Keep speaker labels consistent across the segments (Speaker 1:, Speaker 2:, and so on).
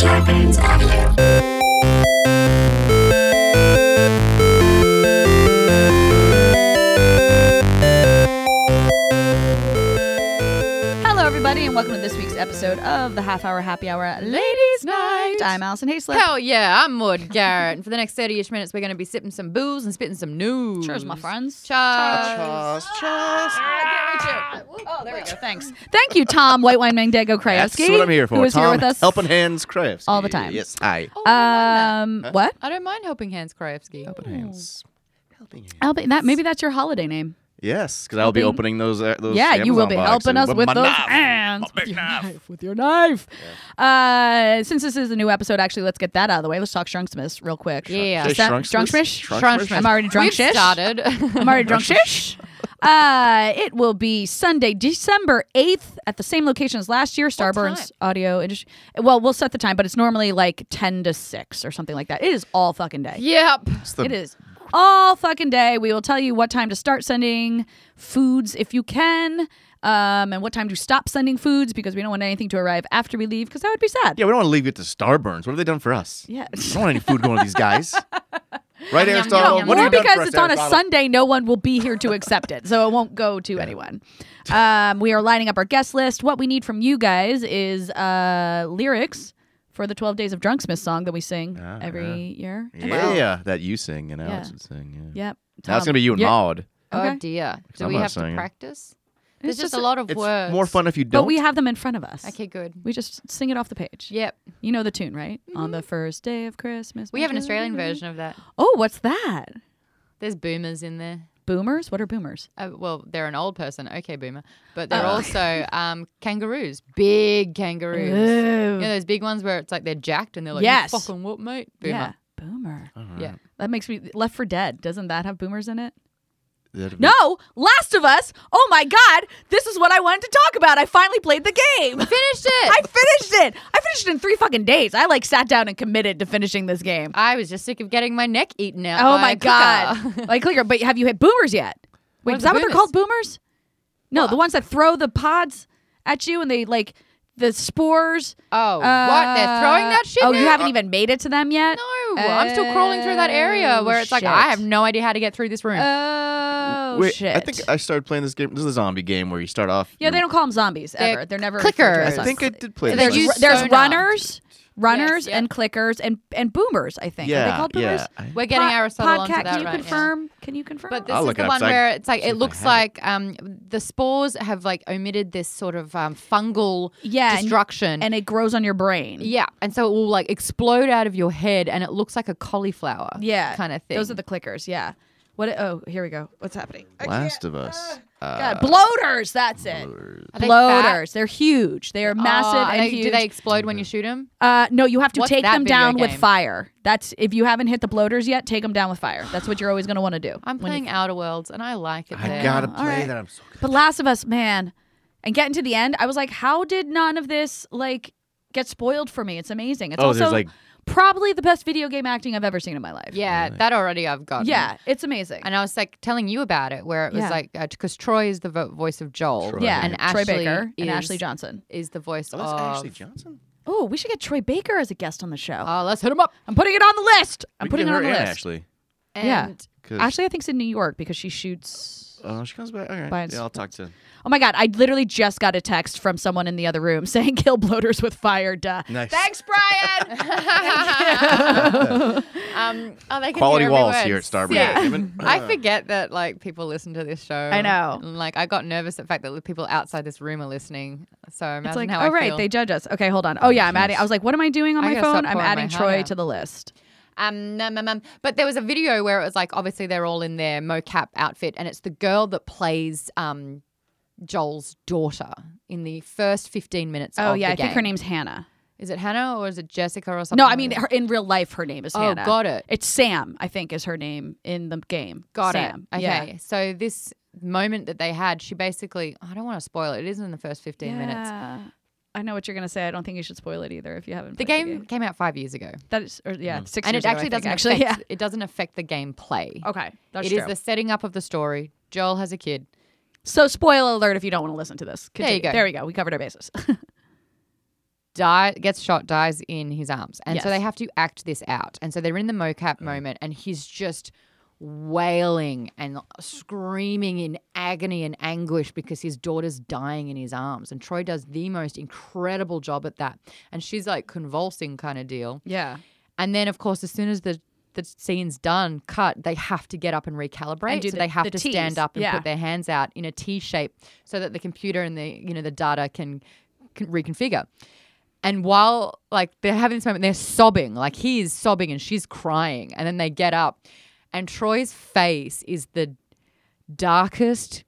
Speaker 1: Scarpins Avenue.
Speaker 2: Hello, everybody, and welcome to this week's episode of the Half Hour Happy Hour Ladies Night. I'm Allison Hayslip.
Speaker 3: Hell yeah, I'm Maud Garrett. and for the next 30 ish minutes, we're going to be sipping some booze and spitting some news.
Speaker 2: Cheers, my friends.
Speaker 3: Cheers.
Speaker 2: Oh, there we go. Thanks. Thank you, Tom White Wine Mandago Krajewski.
Speaker 4: That's what I'm here for.
Speaker 2: Who was
Speaker 4: Tom,
Speaker 2: here with us.
Speaker 4: Helping Hands Krajewski.
Speaker 2: all the time.
Speaker 4: Yes, hi.
Speaker 3: Oh, I
Speaker 2: Um, what?
Speaker 3: I don't mind helping hands, Krajewski.
Speaker 4: Helping Hands. Helping Hands.
Speaker 2: I'll be, that maybe that's your holiday name.
Speaker 4: Yes, because I'll be
Speaker 2: Helping-
Speaker 4: opening those. Uh, those
Speaker 2: yeah, you will be
Speaker 4: Amazon boxes
Speaker 2: helping us with
Speaker 4: my
Speaker 2: those
Speaker 4: knife.
Speaker 2: hands.
Speaker 4: My big knife.
Speaker 2: with your knife. Uh, since this is a new episode, actually, let's get that out of the way. Let's talk Shrunksmith real quick.
Speaker 3: Yeah.
Speaker 4: Say
Speaker 2: Is that-
Speaker 4: Shrunksmith?
Speaker 2: Drunkshmish?
Speaker 4: Shrunksmith?
Speaker 2: I'm already drunk
Speaker 3: We've
Speaker 2: shish.
Speaker 3: started.
Speaker 2: I'm already drunk shish. Uh, it will be Sunday, December 8th at the same location as last year, Starburns Audio Industry. Well, we'll set the time, but it's normally like 10 to 6 or something like that. It is all fucking day.
Speaker 3: Yep.
Speaker 4: It's the
Speaker 2: It is all fucking day. We will tell you what time to start sending foods if you can, um, and what time to stop sending foods because we don't want anything to arrive after we leave because that would be sad.
Speaker 4: Yeah, we don't want to leave it to Starburns. What have they done for us?
Speaker 2: Yeah.
Speaker 4: I don't want any food going to these guys. Right, Aristotle?
Speaker 3: yum,
Speaker 4: what
Speaker 2: More
Speaker 3: yum.
Speaker 4: have you done for
Speaker 2: because
Speaker 4: us,
Speaker 2: it's on a
Speaker 4: Aristotle?
Speaker 2: Sunday, no one will be here to accept it, so it won't go to anyone. Um, we are lining up our guest list. What we need from you guys is uh, lyrics for the 12 Days of Drunksmith song that we sing
Speaker 4: Ah,
Speaker 2: every
Speaker 4: yeah.
Speaker 2: year.
Speaker 4: Yeah, that you sing and Alex
Speaker 2: Yeah.
Speaker 4: would sing. Yeah.
Speaker 2: Yep.
Speaker 4: Now it's going to be you and
Speaker 2: Yeah.
Speaker 4: Maud.
Speaker 2: Okay.
Speaker 3: Oh, dear. Do
Speaker 4: I'm
Speaker 3: we
Speaker 4: not
Speaker 3: have to
Speaker 4: saying it.
Speaker 3: practice? There's
Speaker 2: It's
Speaker 3: just,
Speaker 2: just
Speaker 3: a lot of
Speaker 4: It's
Speaker 3: words.
Speaker 4: more fun if you don't.
Speaker 2: But we have them in front of us.
Speaker 3: Okay, good.
Speaker 2: We just sing it off the page.
Speaker 3: Yep.
Speaker 2: You know the tune, right? On the first day of Christmas.
Speaker 3: Mm-hmm. We
Speaker 2: my
Speaker 3: have an
Speaker 2: children
Speaker 3: Australian
Speaker 2: are-
Speaker 3: version of that.
Speaker 2: Oh, what's that?
Speaker 3: There's boomers in there.
Speaker 2: Boomers? What are boomers?
Speaker 3: Uh, well, they're an old person. Okay, boomer. But they're
Speaker 2: Oh.
Speaker 3: also um, kangaroos. Big kangaroos. You know those big ones where it's like they're jacked and they're like, "You
Speaker 2: Yes.
Speaker 3: fucking what, mate?
Speaker 2: Yeah.
Speaker 3: Boomer.
Speaker 2: Boomer.
Speaker 4: Oh.
Speaker 3: Yeah.
Speaker 4: Mm-hmm.
Speaker 2: That makes me Left for Dead. Doesn't that have boomers in it?
Speaker 4: That'd be-
Speaker 2: No, Last of Us. Oh my God, this is what I wanted to talk about. I finally played the game.
Speaker 3: Finished it.
Speaker 2: I finished it. I finished it in three fucking days. I like sat down and committed to finishing this game.
Speaker 3: I was just sick of getting my neck eaten out.
Speaker 2: Oh
Speaker 3: by
Speaker 2: my
Speaker 3: a
Speaker 2: God.
Speaker 3: cougar.
Speaker 2: like clicker, but have you hit boomers yet? Wait,
Speaker 3: What
Speaker 2: is that
Speaker 3: are the
Speaker 2: what they're
Speaker 3: boomers?
Speaker 2: called? Boomers? No, the ones that throw the pods at you and they like the spores.
Speaker 3: oh, what? They're throwing
Speaker 2: Uh,
Speaker 3: that shit.
Speaker 2: Oh, you
Speaker 3: now?
Speaker 2: haven't even made it to them yet?
Speaker 3: No, I'm still crawling through that area
Speaker 2: Oh,
Speaker 3: where it's like
Speaker 2: shit. Uh,
Speaker 3: I have no idea how to get through this room.
Speaker 2: Oh,
Speaker 4: Wait,
Speaker 2: shit.
Speaker 4: I think uh, I started playing this game. This is a zombie game where you start off.
Speaker 2: yeah, they
Speaker 4: you-
Speaker 2: don't call them zombies
Speaker 3: They're
Speaker 2: ever. They're never.
Speaker 3: clickers.
Speaker 4: I think I did play
Speaker 3: So
Speaker 4: this.
Speaker 3: they're
Speaker 4: one.
Speaker 2: there's
Speaker 3: use
Speaker 2: ru- there's
Speaker 3: sonar.
Speaker 2: runners, runners
Speaker 3: Yes, yeah.
Speaker 2: and clickers and and boomers. I think are they
Speaker 4: yeah,
Speaker 2: called boomers?
Speaker 4: yeah. I-
Speaker 3: We're getting
Speaker 2: Po-
Speaker 3: Aristotle onto
Speaker 2: podca-
Speaker 3: that
Speaker 2: Can you
Speaker 3: right now.
Speaker 2: confirm? Can you confirm?
Speaker 3: But this
Speaker 4: I'll
Speaker 3: is
Speaker 4: look
Speaker 3: the
Speaker 4: it up
Speaker 3: one
Speaker 4: so I
Speaker 3: where it's like
Speaker 4: see if
Speaker 3: it
Speaker 4: I
Speaker 3: looks
Speaker 4: have it.
Speaker 3: like um, the spores have like omitted this sort of um, fungal
Speaker 2: Yeah, and-
Speaker 3: destruction.
Speaker 2: and it grows on your brain.
Speaker 3: yeah, and so it will like explode out of your head, and it looks like a cauliflower.
Speaker 2: yeah,
Speaker 3: kind of thing.
Speaker 2: Those are the clickers. Yeah. What? Oh, here we go. What's happening?
Speaker 4: Last of Us. Uh,
Speaker 2: God, bloaters. That's it.
Speaker 3: Are they
Speaker 2: bloaters. They're huge. They are massive
Speaker 3: Oh,
Speaker 2: and
Speaker 3: they-
Speaker 2: huge.
Speaker 3: Do they explode when you shoot them?
Speaker 2: uh, no, you have to
Speaker 3: What's
Speaker 2: take
Speaker 3: that
Speaker 2: them
Speaker 3: video
Speaker 2: down with
Speaker 3: game?
Speaker 2: fire. That's if you haven't hit the bloaters yet, take them down with fire. That's what you're always going to want to do.
Speaker 3: I'm
Speaker 2: when you
Speaker 3: playing Outer Worlds and I like it.
Speaker 4: I
Speaker 3: there.
Speaker 4: gotta
Speaker 2: all
Speaker 4: play
Speaker 2: right.
Speaker 4: that. I'm so good.
Speaker 2: But Last of Us, man, and getting to the end, I was like, how did none of this like get spoiled for me? It's amazing. It's
Speaker 4: Oh, there's,
Speaker 2: also
Speaker 4: like-
Speaker 2: probably the best video game acting I've ever seen in my life.
Speaker 3: Yeah, that already I've
Speaker 4: Uh,
Speaker 3: got.
Speaker 2: Yeah, it's amazing.
Speaker 3: And I was like telling you about it, where it was
Speaker 2: Yeah.
Speaker 3: like because Troy is the vo- voice of Joel,
Speaker 4: Troy.
Speaker 2: yeah,
Speaker 3: and
Speaker 2: Troy
Speaker 3: Ashley
Speaker 2: Baker
Speaker 3: is,
Speaker 2: and Ashley Johnson.
Speaker 3: is the voice
Speaker 4: Oh,
Speaker 3: of
Speaker 4: that's
Speaker 2: uh,
Speaker 4: Ashley Johnson.
Speaker 2: Oh, we should get Troy Baker as a guest on the show.
Speaker 3: Oh, let's hit him up.
Speaker 2: Uh, I'm putting it on the list. I'm
Speaker 4: We can
Speaker 2: putting
Speaker 4: get
Speaker 2: it on
Speaker 4: her
Speaker 2: the
Speaker 4: and
Speaker 2: list.
Speaker 4: Ashley.
Speaker 3: And
Speaker 2: Yeah.
Speaker 4: 'cause-
Speaker 2: Ashley, I think's in New York because she shoots.
Speaker 4: Oh, she comes back. All right.
Speaker 2: Biden's-
Speaker 4: Yeah, I'll talk to.
Speaker 2: Oh my God! I literally just got a text from someone in the other room saying "kill bloaters with fire." Duh.
Speaker 4: Nice.
Speaker 3: Thanks, Brian. um, oh, they can
Speaker 4: Quality
Speaker 3: hear every
Speaker 4: walls
Speaker 3: word.
Speaker 4: here at Starbucks.
Speaker 3: Sick.
Speaker 4: Even- uh,
Speaker 3: I forget that like people listen to this show. I
Speaker 2: know.
Speaker 3: Like I got nervous at the fact that the people outside this room are listening. So imagine
Speaker 2: It's like,
Speaker 3: how
Speaker 2: oh
Speaker 3: I
Speaker 2: right,
Speaker 3: feel.
Speaker 2: they judge us. Okay, hold on. Oh yeah, I'm adding. I was like, what am I doing on
Speaker 3: I
Speaker 2: my
Speaker 3: gotta stop
Speaker 2: phone? I'm
Speaker 3: pouring
Speaker 2: adding
Speaker 3: my
Speaker 2: Troy
Speaker 3: heart
Speaker 2: to
Speaker 3: out.
Speaker 2: the list.
Speaker 3: Um, num, num, num. But there was a video where it was like obviously they're all in their mocap outfit, and it's the girl that plays um, Joel's daughter in the first fifteen minutes.
Speaker 2: Oh
Speaker 3: of
Speaker 2: yeah,
Speaker 3: the
Speaker 2: I think
Speaker 3: game.
Speaker 2: her name's Hannah.
Speaker 3: is it Hannah or is it Jessica or something.
Speaker 2: No, I mean
Speaker 3: like that?
Speaker 2: her, in real life, her name is
Speaker 3: Oh,
Speaker 2: Hannah.
Speaker 3: got it.
Speaker 2: It's Sam, I think, is her name in the game.
Speaker 3: got
Speaker 2: Sam.
Speaker 3: it. Okay,
Speaker 2: Yeah.
Speaker 3: so this moment that they had, she basically I don't want to spoil it. It is in the first fifteen minutes.
Speaker 2: Yeah. I know what you're gonna say. I don't think you should spoil it either if you haven't.
Speaker 3: The
Speaker 2: played
Speaker 3: game came out five years ago,
Speaker 2: That is, or, yeah, six.
Speaker 3: and
Speaker 2: years
Speaker 3: it
Speaker 2: ago, I
Speaker 3: actually
Speaker 2: think,
Speaker 3: doesn't
Speaker 2: actually.
Speaker 3: affect, it doesn't affect the gameplay.
Speaker 2: Yeah. Okay. That's
Speaker 3: It
Speaker 2: true.
Speaker 3: is the setting up of the story. Joel has a kid.
Speaker 2: so spoiler alert if you don't want to listen to this.
Speaker 3: There you
Speaker 2: Continue.
Speaker 3: go.
Speaker 2: There we go. We covered our bases.
Speaker 3: die, gets shot, dies in his arms. And so
Speaker 2: Yes.
Speaker 3: they have to act this out. And so they're in the mocap moment and he's just wailing and screaming in agony and anguish because his daughter's dying in his arms. And Troy does the most incredible job at that. And she's like convulsing kind of deal.
Speaker 2: Yeah.
Speaker 3: And then, of course, as soon as the the scene's done, cut, they have to get up and recalibrate.
Speaker 2: And do
Speaker 3: so
Speaker 2: the-
Speaker 3: they have
Speaker 2: the
Speaker 3: to
Speaker 2: Ts,
Speaker 3: stand up and
Speaker 2: yeah.
Speaker 3: put their hands out in a T shape so that the computer and the you know the data can, can reconfigure. And while like they're having this moment, they're sobbing. Like he is sobbing and she's crying. And then they get up, and Troy's face is the darkest,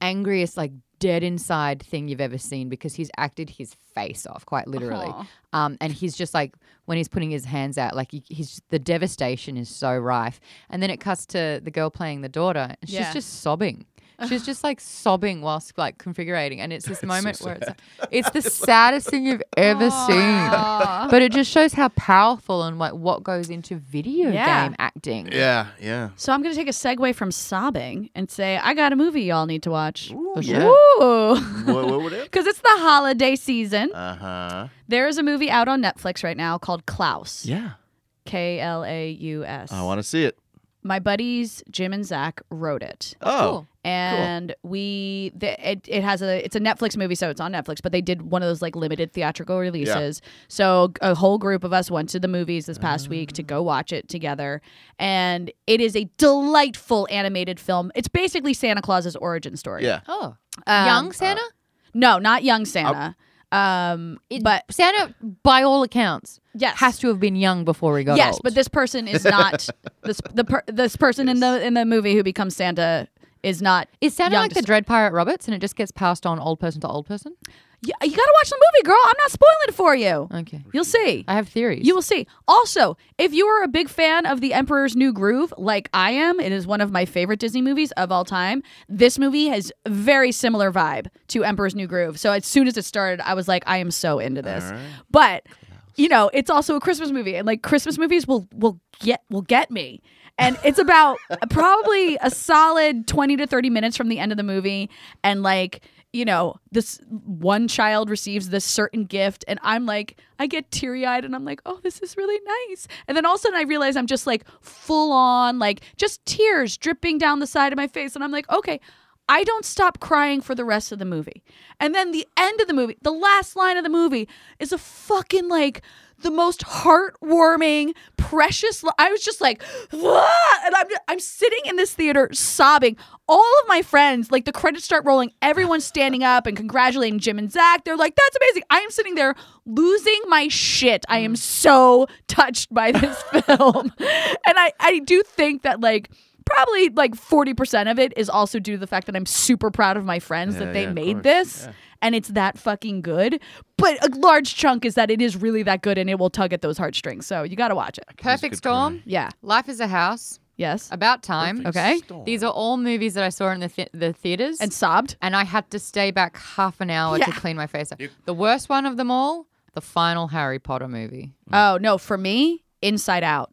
Speaker 3: angriest, like dead inside thing you've ever seen because he's acted his face off quite literally.
Speaker 2: Aw.
Speaker 3: Um, and he's just like when he's putting his hands out, like he, he's the devastation is so rife. And then it cuts to the girl playing the daughter, and she's
Speaker 2: Yeah.
Speaker 3: just sobbing. She's just like sobbing whilst like configurating, and it's this moment where it's, like, it's the saddest thing you've ever
Speaker 2: Oh,
Speaker 3: seen. But it just shows how powerful and like what goes into video
Speaker 2: Yeah.
Speaker 3: game acting.
Speaker 4: Yeah, yeah.
Speaker 2: So I'm going to take a segue from sobbing and say I got a movie y'all need to watch.
Speaker 4: Ooh,
Speaker 3: yeah.
Speaker 2: Ooh.
Speaker 4: what, what would it?
Speaker 2: Because it's the holiday season.
Speaker 4: Uh huh.
Speaker 2: There is a movie out on Netflix right now called Klaus.
Speaker 4: Yeah.
Speaker 2: K L A U S.
Speaker 4: I want to see it.
Speaker 2: My buddies Jim and Zach wrote it.
Speaker 4: Oh,
Speaker 3: Cool.
Speaker 2: and we the, it, it has a it's a netflix movie so it's on netflix but they did one of those like limited theatrical releases so a whole group of us went to the movies this past week to go watch it together and it is a delightful animated film it's basically santa claus's origin story
Speaker 4: yeah.
Speaker 3: Oh,
Speaker 2: Um,
Speaker 3: young Santa.
Speaker 2: no not young santa um
Speaker 3: It-
Speaker 2: but
Speaker 3: Santa, by all accounts,
Speaker 2: Yes.
Speaker 3: has to have been young before he got
Speaker 2: yes
Speaker 3: old.
Speaker 2: but this person is not this the per, this person in the in the movie who becomes santa is not
Speaker 3: is Santa
Speaker 2: young
Speaker 3: like
Speaker 2: to
Speaker 3: the Dread Pirate Roberts, and it just gets passed on old person to old person?
Speaker 2: you, you gotta watch the movie girl i'm not spoiling it for you
Speaker 3: Okay,
Speaker 2: you'll see
Speaker 3: I have theories.
Speaker 2: You will see. Also, if you are a big fan of The Emperor's New Groove, like I am, it is one of my favorite Disney movies of all time. This movie has very similar vibe to Emperor's New Groove. So as soon as it started, I was like, I am so into this. But you know, it's also a Christmas movie, and like Christmas movies will will get will get me. And it's about probably a solid twenty to thirty minutes from the end of the movie, and like you know, this one child receives this certain gift, and I'm like, I get teary eyed, and I'm like, oh, this is really nice. And then all of a sudden, I realize I'm just like full on, like just tears dripping down the side of my face, and I'm like, okay. I don't stop crying for the rest of the movie. And then the end of the movie, the last line of the movie is a fucking like the most heartwarming, precious. Li- I was just like, "Wah!" and I'm, I'm sitting in this theater sobbing. All of my friends, like the credits start rolling, everyone's standing up and congratulating Jim and Zach. They're like, that's amazing. I am sitting there losing my shit. I am so touched by this film. And I, I do think that, like, probably like 40% of it is also due to the fact that I'm super proud of my friends
Speaker 4: Yeah,
Speaker 2: that they
Speaker 4: yeah, of
Speaker 2: made
Speaker 4: course.
Speaker 2: this and it's that fucking good. But a large chunk is that it is really that good and it will tug at those heartstrings. So you got to watch it.
Speaker 3: Perfect
Speaker 4: good
Speaker 3: Storm.
Speaker 2: Yeah.
Speaker 3: Life is a House.
Speaker 2: Yes.
Speaker 3: About Time.
Speaker 4: Perfect
Speaker 2: Okay.
Speaker 4: Storm.
Speaker 3: These are all movies that I saw in the th- the theaters,
Speaker 2: And
Speaker 3: and,
Speaker 2: sobbed.
Speaker 3: I had to stay back half an hour to
Speaker 2: Yeah.
Speaker 3: clean my face. up. The worst one of them all, the final Harry Potter movie.
Speaker 2: Oh, no. For me, Inside Out.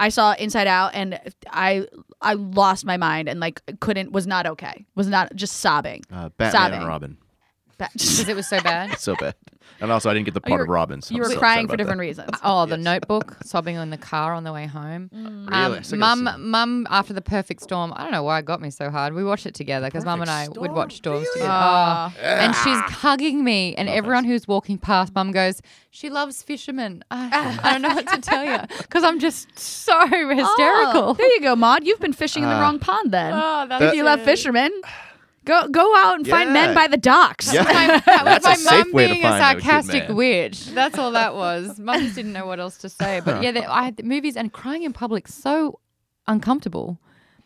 Speaker 2: I saw Inside Out and I I lost my mind and like couldn't was not okay. Was not just sobbing.
Speaker 4: Uh, Batman
Speaker 2: Sobbing.
Speaker 4: and Robin.
Speaker 2: Ba-
Speaker 3: Because it was so bad.
Speaker 4: So bad. And also, I didn't get the
Speaker 2: you
Speaker 4: part of
Speaker 2: were-
Speaker 4: Robin. So
Speaker 2: Oh, you
Speaker 4: I'm
Speaker 2: were
Speaker 4: so upset
Speaker 2: crying for
Speaker 4: about
Speaker 2: different reasons.
Speaker 3: Oh, the notebook, sobbing in the car on the way home.
Speaker 4: that. Really? I
Speaker 3: Um,
Speaker 4: still gotta
Speaker 3: mum,
Speaker 4: see it.
Speaker 3: mum, after the perfect storm, I don't know why it got me so hard. We watched it together because mum and I
Speaker 4: Perfect
Speaker 3: would
Speaker 4: Storm?
Speaker 3: watch Storms
Speaker 4: Really?
Speaker 3: together. Oh. And she's hugging me, and everyone who's walking past, mum goes, "She loves fishermen." I, I don't know what to tell you because I'm just so
Speaker 2: Oh,
Speaker 3: hysterical.
Speaker 2: there you go, Maud. You've been fishing in
Speaker 4: Ah.
Speaker 2: the wrong pond then.
Speaker 4: Uh,
Speaker 3: that's
Speaker 2: if you love fishermen, go go out and find men
Speaker 4: Yeah.
Speaker 2: by the docks.
Speaker 4: Yeah.
Speaker 3: My, that was
Speaker 4: That's a
Speaker 3: my
Speaker 4: safe
Speaker 3: mum
Speaker 4: way to
Speaker 3: being
Speaker 4: find out a good
Speaker 3: sarcastic
Speaker 4: man.
Speaker 3: witch. That's all that was. Mum just didn't know what else to say. But yeah, they, I had the movies and crying in public so uncomfortable.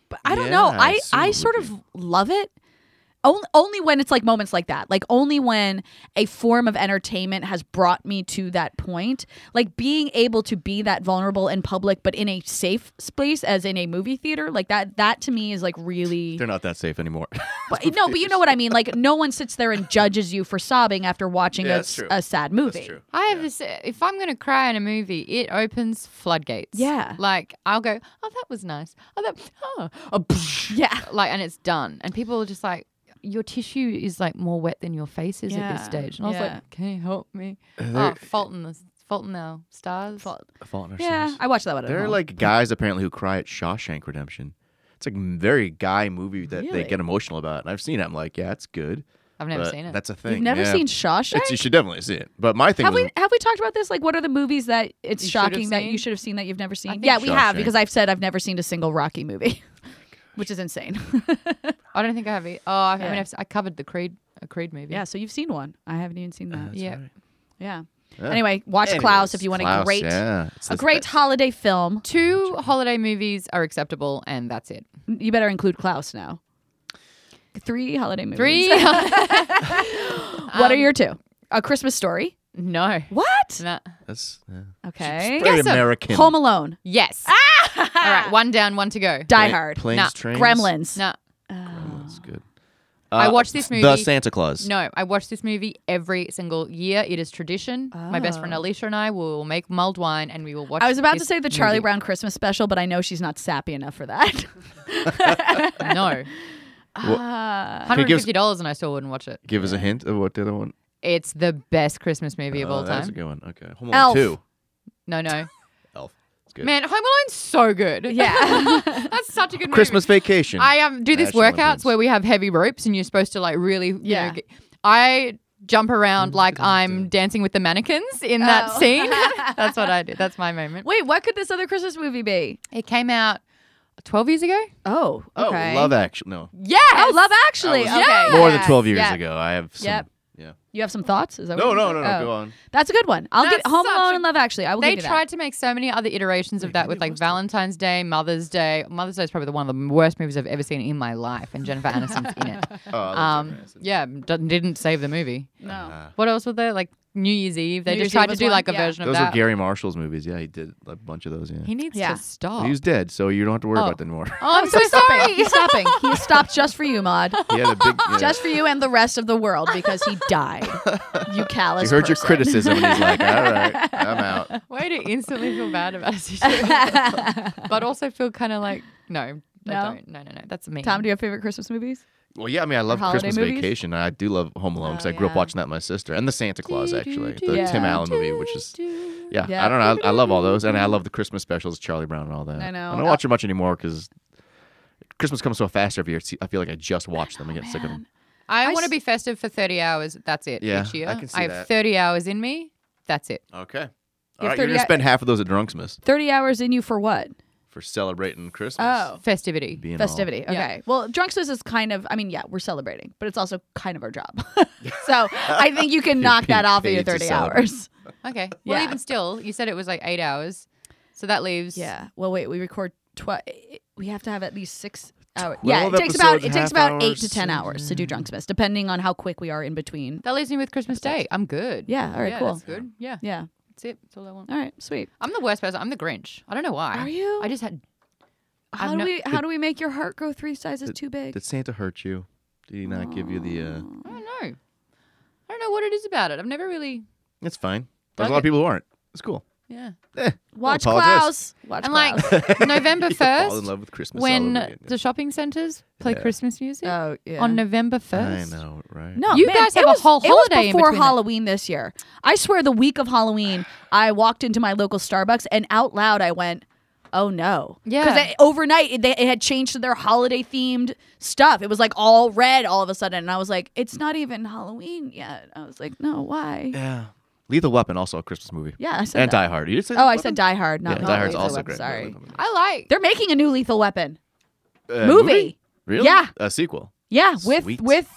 Speaker 2: But I don't know.
Speaker 4: Yeah, I
Speaker 2: I
Speaker 4: see
Speaker 2: I
Speaker 4: what
Speaker 2: sort
Speaker 4: you
Speaker 2: of love it. Only, only when it's like moments like that. Like only when a form of entertainment has brought me to that point. Like being able to be that vulnerable in public but in a safe space as in a movie theater, like that that to me is like really
Speaker 4: They're not that safe anymore.
Speaker 2: but, no, but you know what I mean? Like no one sits there and judges you for sobbing after watching
Speaker 4: Yeah,
Speaker 2: a,
Speaker 4: that's
Speaker 2: s-
Speaker 4: true.
Speaker 2: a sad movie.
Speaker 4: true.
Speaker 3: I have this. If I'm going to cry in a movie, it opens floodgates.
Speaker 2: Yeah.
Speaker 3: Like I'll go, oh, that was nice. Oh, that, oh, oh, psh,"
Speaker 2: Yeah.
Speaker 3: like, and it's done. And people are just like, your tissue is like more wet than your face is at this
Speaker 2: Yeah,
Speaker 3: stage. And I was
Speaker 2: yeah.
Speaker 3: like, can you help me? Oh,
Speaker 4: They're-
Speaker 3: fault in the fault in our stars.
Speaker 4: Fault in Our
Speaker 2: Yeah,
Speaker 4: Stars.
Speaker 2: I watched that one. at
Speaker 4: There are
Speaker 2: home.
Speaker 4: like guys apparently who cry at Shawshank Redemption. It's like m- very guy movie that
Speaker 2: Really?
Speaker 4: they get emotional about, and I've seen it. I'm like, yeah, it's good.
Speaker 3: I've never
Speaker 4: but
Speaker 3: seen it.
Speaker 4: That's a thing.
Speaker 2: you've never
Speaker 4: yeah.
Speaker 2: seen Shawshank.
Speaker 4: It's, you should definitely see it. But my thing
Speaker 2: have
Speaker 4: was,
Speaker 2: we have we talked about this? Like, what are the movies that it's
Speaker 3: You should have
Speaker 2: shocking that you
Speaker 3: seen?
Speaker 2: should have seen that you've never seen?
Speaker 3: think
Speaker 2: Yeah, we have
Speaker 4: Shawshank.
Speaker 2: because I've said I've never seen a single Rocky movie, which is insane.
Speaker 3: I don't think I have. E- oh, I,
Speaker 2: Yeah.
Speaker 3: mean, I've, s- I covered the Creed a Creed movie.
Speaker 2: yeah, so you've seen one. I haven't even seen that.
Speaker 4: That's
Speaker 3: Yeah.
Speaker 4: all right.
Speaker 2: Yeah.
Speaker 4: Yeah.
Speaker 2: Anyway, watch Klaus
Speaker 4: Anyways,
Speaker 2: if you want a
Speaker 4: Klaus,
Speaker 2: great
Speaker 4: yeah. It's
Speaker 2: a
Speaker 4: the
Speaker 2: great
Speaker 4: best.
Speaker 2: holiday film.
Speaker 3: Two holiday movies are acceptable, and that's it.
Speaker 2: You better include Klaus now. Three holiday movies.
Speaker 3: Three. um,
Speaker 2: what are your two? A Christmas Story.
Speaker 3: no.
Speaker 2: What?
Speaker 3: Nah.
Speaker 4: That's yeah.
Speaker 2: Okay.
Speaker 4: It's very
Speaker 3: Guess 'em.
Speaker 4: American.
Speaker 2: Home Alone.
Speaker 3: Yes.
Speaker 2: Ah!
Speaker 3: All right. One down. One to go.
Speaker 2: Die
Speaker 4: Pla-
Speaker 2: Hard.
Speaker 4: Planes,
Speaker 3: Nah.
Speaker 4: trains.
Speaker 2: Gremlins.
Speaker 3: No.
Speaker 4: Gremlins, good.
Speaker 3: I watched this
Speaker 4: Uh, The
Speaker 3: movie-
Speaker 4: Santa Claus.
Speaker 3: No, I watch this movie every single year. It is tradition. My best friend Alicia and I will make mulled wine, and we will watch.
Speaker 2: Oh. I was about to
Speaker 3: this
Speaker 2: say the Charlie
Speaker 3: movie.
Speaker 2: Brown Christmas special, but I know she's not sappy enough for that.
Speaker 3: No,
Speaker 2: Uh,
Speaker 3: hundred
Speaker 4: give us-
Speaker 3: fifty dollars, and I still wouldn't watch it.
Speaker 4: Give us a hint of what the other one.
Speaker 3: It's the best Christmas movie of
Speaker 4: Oh,
Speaker 3: all
Speaker 4: That's a
Speaker 3: time.
Speaker 4: good one. Okay. Home Alone
Speaker 2: Elf.
Speaker 4: 2.
Speaker 3: No, no,
Speaker 4: Elf. It's good.
Speaker 3: man, Home Alone's so good.
Speaker 2: yeah.
Speaker 3: that's such a good
Speaker 4: Christmas Vacation.
Speaker 3: Movie. I um do these
Speaker 4: National
Speaker 3: workouts
Speaker 4: Lampoon's.
Speaker 3: where we have heavy ropes, and you're supposed to like really. you
Speaker 2: Yeah.
Speaker 3: know, get- I jump around like I'm dancing with the mannequins in that
Speaker 2: Oh.
Speaker 3: scene. that's what I do. That's my moment.
Speaker 2: Wait, what could this other Christmas movie be?
Speaker 3: It came out twelve years ago.
Speaker 2: Oh,
Speaker 4: oh,
Speaker 2: okay.
Speaker 4: Love Actually. No.
Speaker 3: Yeah.
Speaker 2: Oh, Love Actually.
Speaker 4: was-
Speaker 2: Okay.
Speaker 4: More than 12 years
Speaker 2: Yeah.
Speaker 4: ago. I have some.
Speaker 2: Yep.
Speaker 4: Yeah.
Speaker 2: You have some thoughts? Is that
Speaker 4: No,
Speaker 2: what you
Speaker 4: no,
Speaker 2: said?
Speaker 4: no, no.
Speaker 2: Oh.
Speaker 4: Go on.
Speaker 2: That's a good one. I'll
Speaker 3: That's
Speaker 2: get Home
Speaker 3: such
Speaker 2: Alone
Speaker 3: a-
Speaker 2: and Love Actually. I will
Speaker 3: They
Speaker 2: give you
Speaker 3: tried to make so many other iterations of that with like Valentine's Day, Mother's Day. Mother's Day is probably the one of the worst movies I've ever seen in my life, and Jennifer Aniston's in it.
Speaker 2: Uh-huh.
Speaker 4: Oh, I love
Speaker 3: Um,
Speaker 4: Jennifer Aniston.
Speaker 3: yeah, d- didn't save the movie.
Speaker 2: that. No.
Speaker 4: Ah.
Speaker 3: What else was there? Like New Year's Eve. They
Speaker 2: New Year's
Speaker 3: just
Speaker 2: Eve
Speaker 3: tried to
Speaker 2: was
Speaker 3: do
Speaker 2: one,
Speaker 3: like a
Speaker 2: yeah.
Speaker 3: version of
Speaker 4: Those
Speaker 3: that.
Speaker 4: are Gary Marshall's movies. Yeah, he did a bunch of those. Yeah.
Speaker 3: he needs
Speaker 2: Yeah.
Speaker 3: to stop.
Speaker 4: He was dead, so you don't have to worry
Speaker 3: Oh.
Speaker 4: about that anymore.
Speaker 3: oh, I'm so
Speaker 2: He's stopping.
Speaker 3: sorry.
Speaker 2: He's stopping. He stopped just for you, Maud.
Speaker 4: he had a big. Yeah.
Speaker 2: Just for you and the rest of the world because he died. You callous.
Speaker 4: he heard your
Speaker 2: person.
Speaker 4: criticism, and he's like, "All right, I'm out."
Speaker 3: Way to instantly feel bad about a situation, but also feel kind of like no, no,
Speaker 2: No?
Speaker 3: don't. no, no, no. That's me.
Speaker 2: Tom, do you have favorite Christmas movies?
Speaker 4: Well, yeah, I mean, I love
Speaker 2: holiday
Speaker 4: Christmas
Speaker 2: movies?
Speaker 4: Vacation. I do love Home Alone because
Speaker 2: Oh,
Speaker 4: I grew up
Speaker 2: yeah.
Speaker 4: watching that with my sister and the Santa Claus actually, the
Speaker 2: Yeah.
Speaker 4: Tim Allen movie, which is yeah,
Speaker 2: Yeah.
Speaker 4: I don't know, I, I love all those, and I love the Christmas specials, Charlie Brown and all that.
Speaker 2: I know.
Speaker 4: I don't watch it much anymore because Christmas comes so fast every year. It's- I feel like I just watch them and get sick
Speaker 2: Oh,
Speaker 4: of them.
Speaker 3: I,
Speaker 2: I
Speaker 3: want to
Speaker 2: s-
Speaker 3: be festive for 30 hours. That's it
Speaker 4: Yeah,
Speaker 3: each year.
Speaker 4: I can see
Speaker 3: have
Speaker 4: that.
Speaker 3: 30 hours in me. That's it.
Speaker 2: You
Speaker 4: Okay, all
Speaker 2: have
Speaker 4: right, you're
Speaker 2: 30
Speaker 4: gonna spend half of those at Drunksmas
Speaker 2: 30 hours in you for what?
Speaker 4: for celebrating Christmas.
Speaker 2: Oh.
Speaker 3: Festivity.
Speaker 4: being all-
Speaker 2: Festivity.
Speaker 3: Yeah.
Speaker 2: Okay. Well, Drunksmas is kind of, I mean, yeah, we're celebrating, but it's also kind of our job. so I think you can knock
Speaker 4: being
Speaker 2: that off of
Speaker 4: paid
Speaker 2: your
Speaker 4: to
Speaker 2: 30
Speaker 4: celebrate.
Speaker 2: hours.
Speaker 3: Okay. Well,
Speaker 2: Yeah.
Speaker 3: even still, you said it was like eight hours. So that leaves.
Speaker 2: Yeah. Well, wait, we record 12. We have to have at least six hours.
Speaker 4: 12
Speaker 2: Yeah, it takes about
Speaker 4: episodes,
Speaker 2: it takes
Speaker 4: half
Speaker 2: about eight
Speaker 4: hours,
Speaker 2: to 10
Speaker 4: so- mm.
Speaker 2: hours to do Drunksmas, depending on how quick we are in between.
Speaker 3: That leaves me with Christmas Day. I'm good.
Speaker 2: Yeah, all right,
Speaker 3: yeah,
Speaker 2: cool.
Speaker 3: That's good. Yeah.
Speaker 2: Yeah.
Speaker 3: That's it. That's all I want.
Speaker 2: All right. Sweet.
Speaker 3: I'm the worst person. I'm the Grinch. I don't know why.
Speaker 2: Are you?
Speaker 3: I just had.
Speaker 2: How
Speaker 3: I've
Speaker 2: do
Speaker 3: no-
Speaker 2: we how do we make your heart go three sizes too big?
Speaker 4: Did Santa hurt you? Did he not give you the? uh
Speaker 2: Mm.
Speaker 3: I don't know. I don't know what it is about it. I've never really.
Speaker 4: It's fine. There's
Speaker 3: Dug
Speaker 4: a lot
Speaker 3: it.
Speaker 4: of people who aren't. It's cool.
Speaker 3: Yeah.
Speaker 4: Eh,
Speaker 2: Watch
Speaker 4: apologize.
Speaker 2: Klaus. Watch
Speaker 3: And
Speaker 2: Klaus.
Speaker 3: like November
Speaker 4: You fall in
Speaker 3: 1st,
Speaker 4: love with Christmas. all over
Speaker 3: when
Speaker 4: again.
Speaker 3: the shopping centers play
Speaker 4: Yeah.
Speaker 3: Christmas music
Speaker 2: Oh, yeah.
Speaker 3: on November 1st.
Speaker 4: I know, right?
Speaker 2: No,
Speaker 3: You
Speaker 2: man,
Speaker 3: guys have
Speaker 2: it
Speaker 3: a
Speaker 2: was,
Speaker 3: whole
Speaker 2: it was
Speaker 3: holiday in
Speaker 2: before
Speaker 3: between that.
Speaker 2: Halloween this year. I swear, the week of Halloween, I walked into my local Starbucks and out loud I went, "Oh no!"
Speaker 3: Yeah.
Speaker 2: because overnight it, they, it had changed to their holiday themed stuff. It was like all red all of a sudden, and I was like, "It's not even Halloween yet." I was like, "No, why?"
Speaker 4: Yeah. Lethal Weapon also a Christmas movie.
Speaker 2: Yeah, I said
Speaker 4: And
Speaker 2: that.
Speaker 4: Die Hard. You did say
Speaker 2: Oh, I
Speaker 4: Lethal
Speaker 2: said Die Hard, not
Speaker 4: Weapon?
Speaker 2: not
Speaker 4: yeah, Die Hard's
Speaker 2: Lethal
Speaker 4: also
Speaker 2: Weapon,
Speaker 4: great.
Speaker 2: Sorry,
Speaker 3: I like.
Speaker 2: they're making a new Lethal Weapon
Speaker 4: Uh,
Speaker 2: movie.
Speaker 4: Really?
Speaker 2: Yeah.
Speaker 4: A sequel.
Speaker 2: Yeah, with
Speaker 4: Sweet.
Speaker 2: with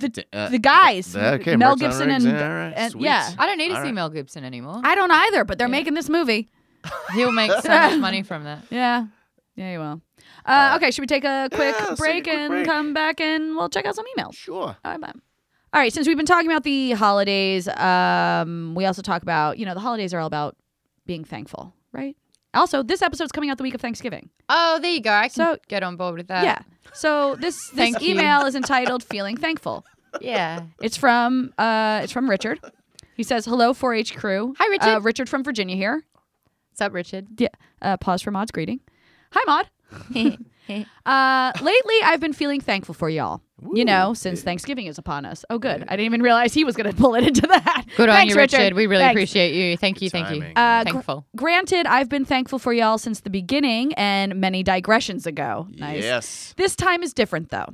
Speaker 2: the
Speaker 4: Uh,
Speaker 2: the guys,
Speaker 4: th- okay,
Speaker 2: Mel
Speaker 4: Mark
Speaker 2: Gibson
Speaker 4: Zuckerberg's-
Speaker 2: and,
Speaker 4: all right,
Speaker 2: and
Speaker 4: sweet.
Speaker 2: yeah.
Speaker 3: I don't need to
Speaker 4: All
Speaker 3: see
Speaker 4: right.
Speaker 3: Mel Gibson anymore.
Speaker 2: I don't either, but they're making this movie.
Speaker 3: He'll make so much money from that.
Speaker 2: Yeah. Yeah, you will. Uh, okay, should we take a quick
Speaker 4: yeah, let's take a
Speaker 2: break
Speaker 4: quick
Speaker 2: and
Speaker 4: break.
Speaker 2: come back and we'll check out some emails?
Speaker 4: Sure.
Speaker 2: All right, bye. All right, since we've been talking about the holidays, um, we also talk about, you know, the holidays are all about being thankful, right? Also, this episode's coming out the week of Thanksgiving.
Speaker 3: Oh, there you go. I can
Speaker 2: So-
Speaker 3: get on board with that.
Speaker 2: yeah. So this, this
Speaker 3: Thank you.
Speaker 2: email is entitled Feeling Thankful.
Speaker 3: Yeah.
Speaker 2: It's from uh, it's from Richard. He says, "Hello, 4-H crew.
Speaker 3: Hi, Richard.
Speaker 2: Uh, Richard from Virginia here.
Speaker 3: What's up, Richard?
Speaker 2: Yeah. Uh, pause for Maud's greeting. Hi, Maud. Uh, lately, I've been feeling thankful for y'all. you know, since Thanksgiving is upon us. Oh, good. I didn't even realize he was going to pull it into that.
Speaker 3: Good on
Speaker 2: Thanks,
Speaker 3: you, Richard. We really
Speaker 2: Thanks.
Speaker 3: appreciate you. Thank you. Thank
Speaker 4: timing.
Speaker 3: you.
Speaker 2: Uh, gr-
Speaker 3: Thankful.
Speaker 2: granted, I've been thankful for y'all since the beginning and many digressions ago. Nice.
Speaker 4: Yes.
Speaker 2: This time is different, though.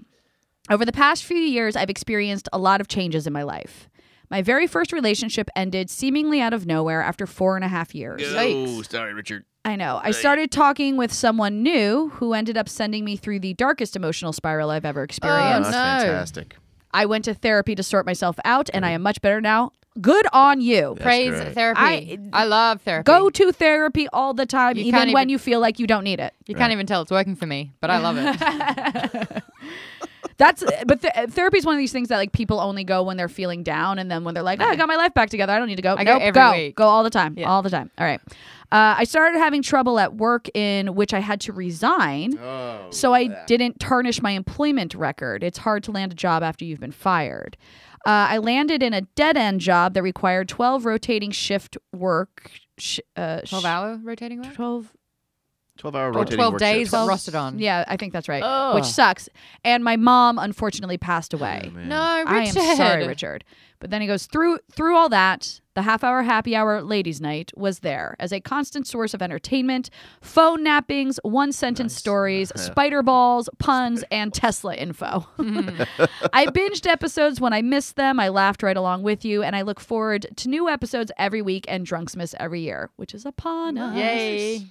Speaker 2: Over the past few years, I've experienced a lot of changes in my life. My very first relationship ended seemingly out of nowhere after four and a half years.
Speaker 4: Oh, sorry, Richard.
Speaker 2: I know. I started talking with someone new who ended up sending me through the darkest emotional spiral I've ever
Speaker 4: Oh,
Speaker 2: experienced.
Speaker 4: that's
Speaker 3: no.
Speaker 4: fantastic.
Speaker 2: I went to therapy to sort myself out, and I am much better now. Good on you.
Speaker 4: That's
Speaker 3: Praise
Speaker 4: great.
Speaker 3: therapy. I,
Speaker 2: I-
Speaker 3: love therapy.
Speaker 2: Go to therapy all the time,
Speaker 3: You
Speaker 2: even
Speaker 3: can't
Speaker 2: when
Speaker 3: even-
Speaker 2: you feel like you don't need it.
Speaker 3: You can't even tell it's working for me, but I love it.
Speaker 2: That's but th- therapy is one of these things that like people only go when they're feeling down, and then when they're like, oh, I got my life back together, I don't need to go.
Speaker 3: I go
Speaker 2: nope,
Speaker 3: every
Speaker 2: go
Speaker 3: week.
Speaker 2: go all the time,
Speaker 3: Yeah.
Speaker 2: all the time. All right. Uh, I started having trouble at work in which I had to resign,
Speaker 4: Oh.
Speaker 2: so I didn't tarnish my employment record. It's hard to land a job after you've been fired. Uh, I landed in a dead end job that required twelve rotating shift work. Sh- uh, sh-
Speaker 3: Twelve hour rotating work.
Speaker 2: 12
Speaker 4: 12 hour
Speaker 3: Or
Speaker 4: rotating
Speaker 3: twelve
Speaker 4: work
Speaker 3: days
Speaker 4: shifts.
Speaker 3: but rusted on.
Speaker 2: Yeah, I think that's right.
Speaker 3: Ugh.
Speaker 2: Which sucks. And my mom unfortunately passed
Speaker 4: Oh,
Speaker 2: away.
Speaker 4: man.
Speaker 3: No,
Speaker 2: I
Speaker 3: Richard.
Speaker 2: am sorry, Richard. But then he goes through through all that. The half hour happy hour ladies' night was there as a constant source of entertainment, phone nappings, one sentence stories, spider balls, puns, and Tesla info.
Speaker 3: Mm.
Speaker 2: I binged episodes when I missed them. I laughed right along with you, and I look forward to new episodes every week and Drunksmith every year, which is upon us
Speaker 3: Yay.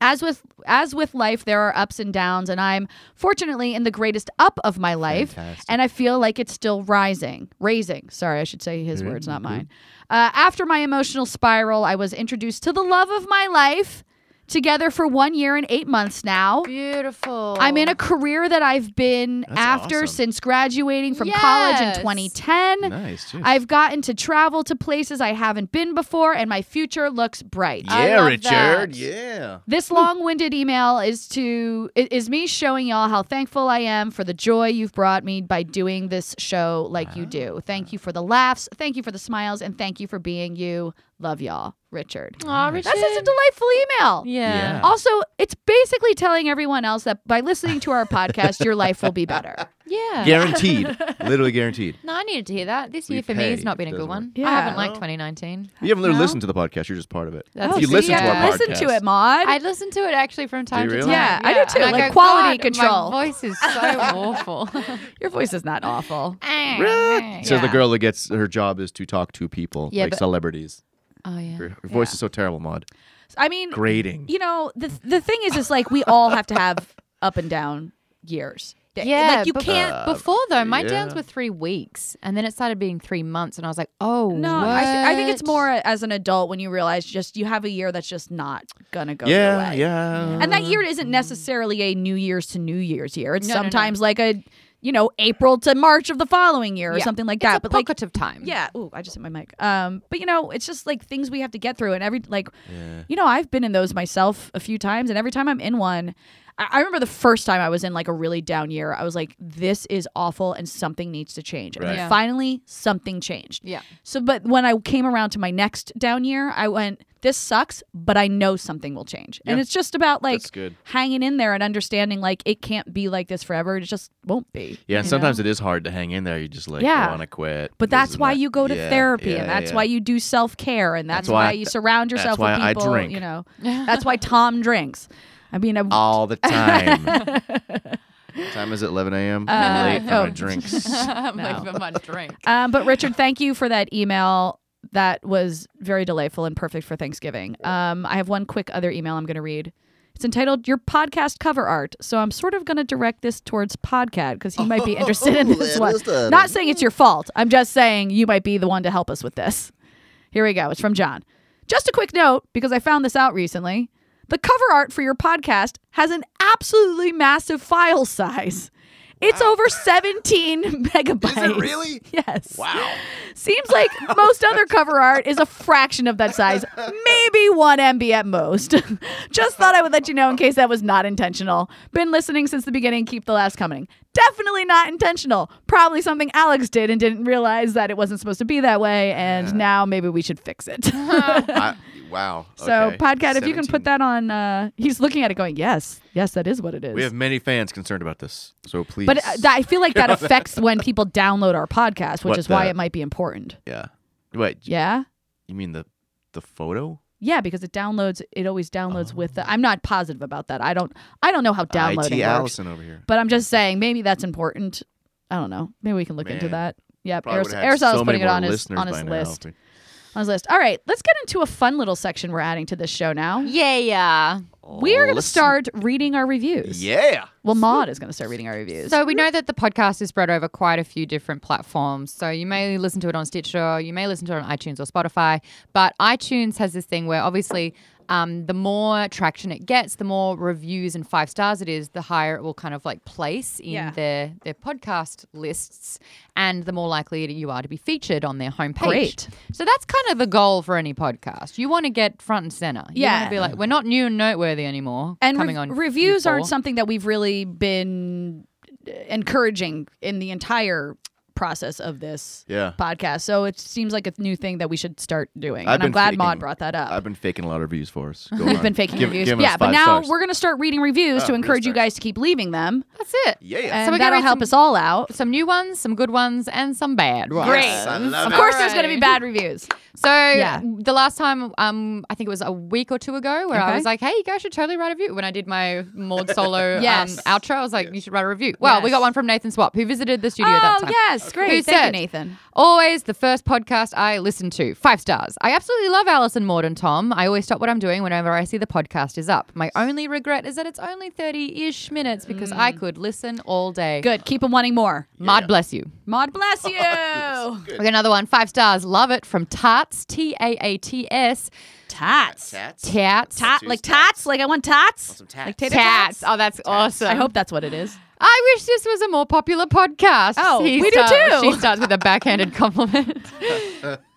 Speaker 2: as with as with life there are ups and downs and i'm fortunately in the greatest up of my life
Speaker 4: Fantastic.
Speaker 2: and i feel like it's still rising raising sorry i should say his words not mine uh, after my emotional spiral i was introduced to the love of my life together for one year and eight months now
Speaker 3: Beautiful.
Speaker 2: I'm in a career that I've been
Speaker 4: That's
Speaker 2: after
Speaker 4: awesome.
Speaker 2: since graduating from college in
Speaker 3: Yes.
Speaker 2: 2010.
Speaker 4: Nice. Too.
Speaker 2: I've gotten to travel to places I haven't been before, and my future looks bright.
Speaker 3: I
Speaker 4: yeah,
Speaker 3: love
Speaker 4: Richard.
Speaker 3: that.
Speaker 4: Yeah.
Speaker 2: This long-winded email is to i- is me showing y'all how thankful I am for the joy you've brought me by doing this show like you
Speaker 4: Ah.
Speaker 2: do. Thank you for the laughs, thank you for the smiles, and thank you for being you. Love y'all, Richard.
Speaker 3: Aw, Richard.
Speaker 2: That's such a delightful email.
Speaker 3: yeah.
Speaker 4: Yeah.
Speaker 2: Also, it's basically telling everyone else that by listening to our podcast, your life will be better.
Speaker 3: Yeah.
Speaker 4: Guaranteed. Literally guaranteed.
Speaker 3: No, I needed to hear that. This
Speaker 4: We
Speaker 3: year for me has
Speaker 4: pay
Speaker 3: not
Speaker 4: if
Speaker 3: been a
Speaker 4: it
Speaker 3: good
Speaker 4: doesn't
Speaker 3: one.
Speaker 2: work.
Speaker 3: I haven't
Speaker 2: Yeah.
Speaker 3: liked 2019.
Speaker 4: You haven't
Speaker 3: No.
Speaker 4: listened to the podcast. You're just part of it.
Speaker 3: That's-
Speaker 4: if you
Speaker 3: see,
Speaker 4: listen
Speaker 3: yeah.
Speaker 4: to our podcast.
Speaker 2: listen to it, Maud.
Speaker 3: I listen to it actually from time to
Speaker 4: really?
Speaker 3: time.
Speaker 2: Yeah, I do too,
Speaker 3: And
Speaker 2: like
Speaker 3: go,
Speaker 2: quality
Speaker 3: Oh "God,
Speaker 2: control."
Speaker 3: My voice is so awful.
Speaker 2: your voice is not awful.
Speaker 4: Says the
Speaker 2: Yeah.
Speaker 4: girl that gets her job is to talk to people,
Speaker 3: Yeah,
Speaker 4: like
Speaker 3: but-
Speaker 4: celebrities.
Speaker 3: Oh yeah.
Speaker 4: Her, her voice is so terrible, Maud.
Speaker 2: I mean,
Speaker 4: Grating.
Speaker 2: you know the the thing is is like we all have to have up and down years Th-
Speaker 3: Yeah,
Speaker 2: like you
Speaker 3: but-
Speaker 2: can't
Speaker 4: Uh,
Speaker 3: Before though, my downs
Speaker 4: yeah.
Speaker 3: were three weeks, and then it started being three months, and I was like, "Oh
Speaker 2: no I, th- I think it's
Speaker 3: what?
Speaker 2: more as an adult when you realize just you have a year that's just not gonna go your
Speaker 4: yeah,
Speaker 2: way
Speaker 4: yeah.
Speaker 2: and that year isn't necessarily a new year's to new year's year it's
Speaker 3: No, no, no.
Speaker 2: sometimes like a you know april to march of the following year or
Speaker 3: Yeah.
Speaker 2: something like
Speaker 3: It's
Speaker 2: that
Speaker 3: a
Speaker 2: but like
Speaker 3: pocket of time.
Speaker 2: yeah ooh i just hit my mic um but you know it's just like things we have to get through and every like
Speaker 4: Yeah.
Speaker 2: You know, I've been in those myself a few times, and every time I'm in one, I, I remember the first time I was in like a really down year, I was like, this is awful and something needs to change. And
Speaker 4: Right.
Speaker 2: then
Speaker 3: Yeah.
Speaker 2: finally, something changed.
Speaker 3: Yeah.
Speaker 2: So, but when I came around to my next down year, I went, this sucks, but I know something will change. And
Speaker 4: Yeah.
Speaker 2: it's just about like
Speaker 4: That's good.
Speaker 2: hanging in there and understanding like it can't be like this forever. It just won't be.
Speaker 4: Yeah, and
Speaker 2: you
Speaker 4: sometimes
Speaker 2: know?
Speaker 4: it is hard to hang in there. You just like
Speaker 2: Yeah.
Speaker 4: want to quit.
Speaker 2: But
Speaker 4: this
Speaker 2: that's
Speaker 4: and
Speaker 2: why
Speaker 4: that.
Speaker 2: you go to
Speaker 4: Yeah,
Speaker 2: therapy,
Speaker 4: yeah,
Speaker 2: and that's
Speaker 4: yeah.
Speaker 2: why you do self care, and that's,
Speaker 4: That's why
Speaker 2: why
Speaker 4: I-
Speaker 2: you surround yourself
Speaker 4: why
Speaker 2: with
Speaker 4: I
Speaker 2: people.
Speaker 4: drink.
Speaker 2: You know, that's why Tom drinks. I mean, I,
Speaker 4: all the time. time is 11 a.m.
Speaker 2: Uh,
Speaker 4: I'm late for
Speaker 2: oh.
Speaker 4: my drinks.
Speaker 3: I'm like,
Speaker 2: No.
Speaker 3: for my drink.
Speaker 2: Um, but Richard, thank you for that email. That was very delightful and perfect for Thanksgiving. Um, I have one quick other email I'm going to read. It's entitled "Your Podcast Cover Art," so I'm sort of going to direct this towards Podcast because he might be interested in this one. Not saying it's your fault. I'm just saying you might be the one to help us with this. Here we go. It's from John. Just a quick note because I found this out recently. The cover art for your podcast has an absolutely massive file size. It's over 17 megabytes.
Speaker 4: really?
Speaker 2: Yes.
Speaker 4: Wow.
Speaker 2: Seems like most other cover art is a fraction of that size, maybe 1 MB at most. Just thought I would let you know in case that was not intentional. Been listening since the beginning, keep the last coming. Definitely not intentional. Probably something Alex did and didn't realize that it wasn't supposed to be that way, and now maybe we should fix it.
Speaker 4: I, Wow.
Speaker 2: So,
Speaker 4: okay.
Speaker 2: Podcat, if you can
Speaker 4: 17.
Speaker 2: put that on, uh, he's looking at it going, yes, yes, that is what it is.
Speaker 4: We have many fans concerned about this, so please.
Speaker 2: but uh, th- I feel like that affects when people download our podcast, which
Speaker 4: What
Speaker 2: is why
Speaker 4: the-
Speaker 2: it might be important.
Speaker 4: yeah. Wait,
Speaker 2: Yeah.
Speaker 4: you mean the the photo?
Speaker 2: Yeah, because it downloads. It always downloads with.
Speaker 4: Oh.
Speaker 2: The, I'm not positive about that. I don't. I don't know how downloading
Speaker 4: IT
Speaker 2: works.
Speaker 4: Allison over here.
Speaker 2: But I'm just saying, maybe that's important. I don't know. Maybe we can look into
Speaker 4: Man.
Speaker 2: that. Yep,
Speaker 4: Probably would've
Speaker 2: Aris-
Speaker 4: had
Speaker 2: Aristotle
Speaker 4: so
Speaker 2: is
Speaker 4: many
Speaker 2: putting it
Speaker 4: more
Speaker 2: on his
Speaker 4: listeners
Speaker 2: on
Speaker 4: by
Speaker 2: his
Speaker 4: now,
Speaker 2: list.
Speaker 4: dude.
Speaker 2: On his list. All right, let's get into a fun little section we're adding to this show now.
Speaker 3: Yeah, yeah.
Speaker 2: We're going to
Speaker 4: Oh, Listen-
Speaker 2: start reading our reviews.
Speaker 4: Yeah.
Speaker 2: Well, Maud is going to start reading our reviews.
Speaker 3: So we know that the podcast is spread over quite a few different platforms. So you may listen to it on Stitcher, you may listen to it on iTunes or Spotify. But iTunes has this thing where obviously um, the more traction it gets, the more reviews and five stars it is, the higher it will kind of like place in
Speaker 2: Yeah.
Speaker 3: their their podcast lists, and the more likely you are to be featured on their homepage.
Speaker 2: Great.
Speaker 3: So that's kind of the goal for any podcast. You want to get front and center. You
Speaker 2: Yeah.
Speaker 3: want to be like, we're not new and noteworthy anymore.
Speaker 2: and
Speaker 3: coming
Speaker 2: rev-
Speaker 3: on
Speaker 2: reviews
Speaker 3: U4.
Speaker 2: aren't something that we've really been uh, encouraging in the entire process of this
Speaker 4: Yeah.
Speaker 2: podcast. So it seems like a new thing that we should start doing.
Speaker 4: I've
Speaker 2: and I'm
Speaker 4: been
Speaker 2: glad
Speaker 4: faking-
Speaker 2: Maud brought that up.
Speaker 4: I've been faking a lot of reviews for us. Go
Speaker 2: We've
Speaker 4: on.
Speaker 2: been faking
Speaker 4: Give-
Speaker 2: reviews.
Speaker 4: give us
Speaker 2: yeah, but
Speaker 4: five
Speaker 2: now
Speaker 4: stars.
Speaker 2: we're going to start reading reviews to
Speaker 4: real
Speaker 2: encourage you
Speaker 4: stars.
Speaker 2: guys to keep leaving them.
Speaker 3: That's it.
Speaker 4: Yeah.
Speaker 2: And
Speaker 3: we're gonna
Speaker 2: that'll
Speaker 3: read
Speaker 2: help
Speaker 3: some-
Speaker 2: us all out.
Speaker 3: some new ones, some good ones, and some bad ones.
Speaker 4: Yes, I love
Speaker 2: Of
Speaker 4: it.
Speaker 2: course, there's going to be
Speaker 3: Alright.
Speaker 2: bad reviews.
Speaker 3: So
Speaker 2: Yeah.
Speaker 3: the last time, um, I think it was a week or two ago, where
Speaker 2: Okay.
Speaker 3: I was like, "Hey, you guys should totally write a review." When I did my Maud solo
Speaker 2: Yes.
Speaker 3: um, outro, I was like, "You should write a review." Well, we
Speaker 2: Yes.
Speaker 3: got one from Nathan Swap, who visited the studio that
Speaker 2: Oh,
Speaker 3: time.
Speaker 2: yes. Great.
Speaker 3: Who
Speaker 2: Thank
Speaker 3: said-
Speaker 2: you, Nathan.
Speaker 3: Always the first podcast I listen to. Five stars. I absolutely love Alison Maud and Tom. I always stop what I'm doing whenever I see the podcast is up. My only regret is that it's only 30-ish minutes because I could listen all day.
Speaker 2: Mm. Good. Keep them wanting more.
Speaker 3: Maud bless you.
Speaker 2: Maud, bless you.
Speaker 3: We got another one. Five stars. Love it from Tarts. T A A T S.
Speaker 2: Tots.
Speaker 4: Tats.
Speaker 3: Tats.
Speaker 2: Tot,
Speaker 4: Tattoos,
Speaker 2: like tots.
Speaker 4: tats.
Speaker 2: Like I want tots.
Speaker 4: some tats.
Speaker 2: Like tater tots.
Speaker 3: Tats. Oh, that's awesome.
Speaker 2: I hope that's what it is.
Speaker 3: I wish this was a more popular podcast.
Speaker 2: Oh, we do
Speaker 3: starts,
Speaker 2: too.
Speaker 3: She starts with a backhanded compliment.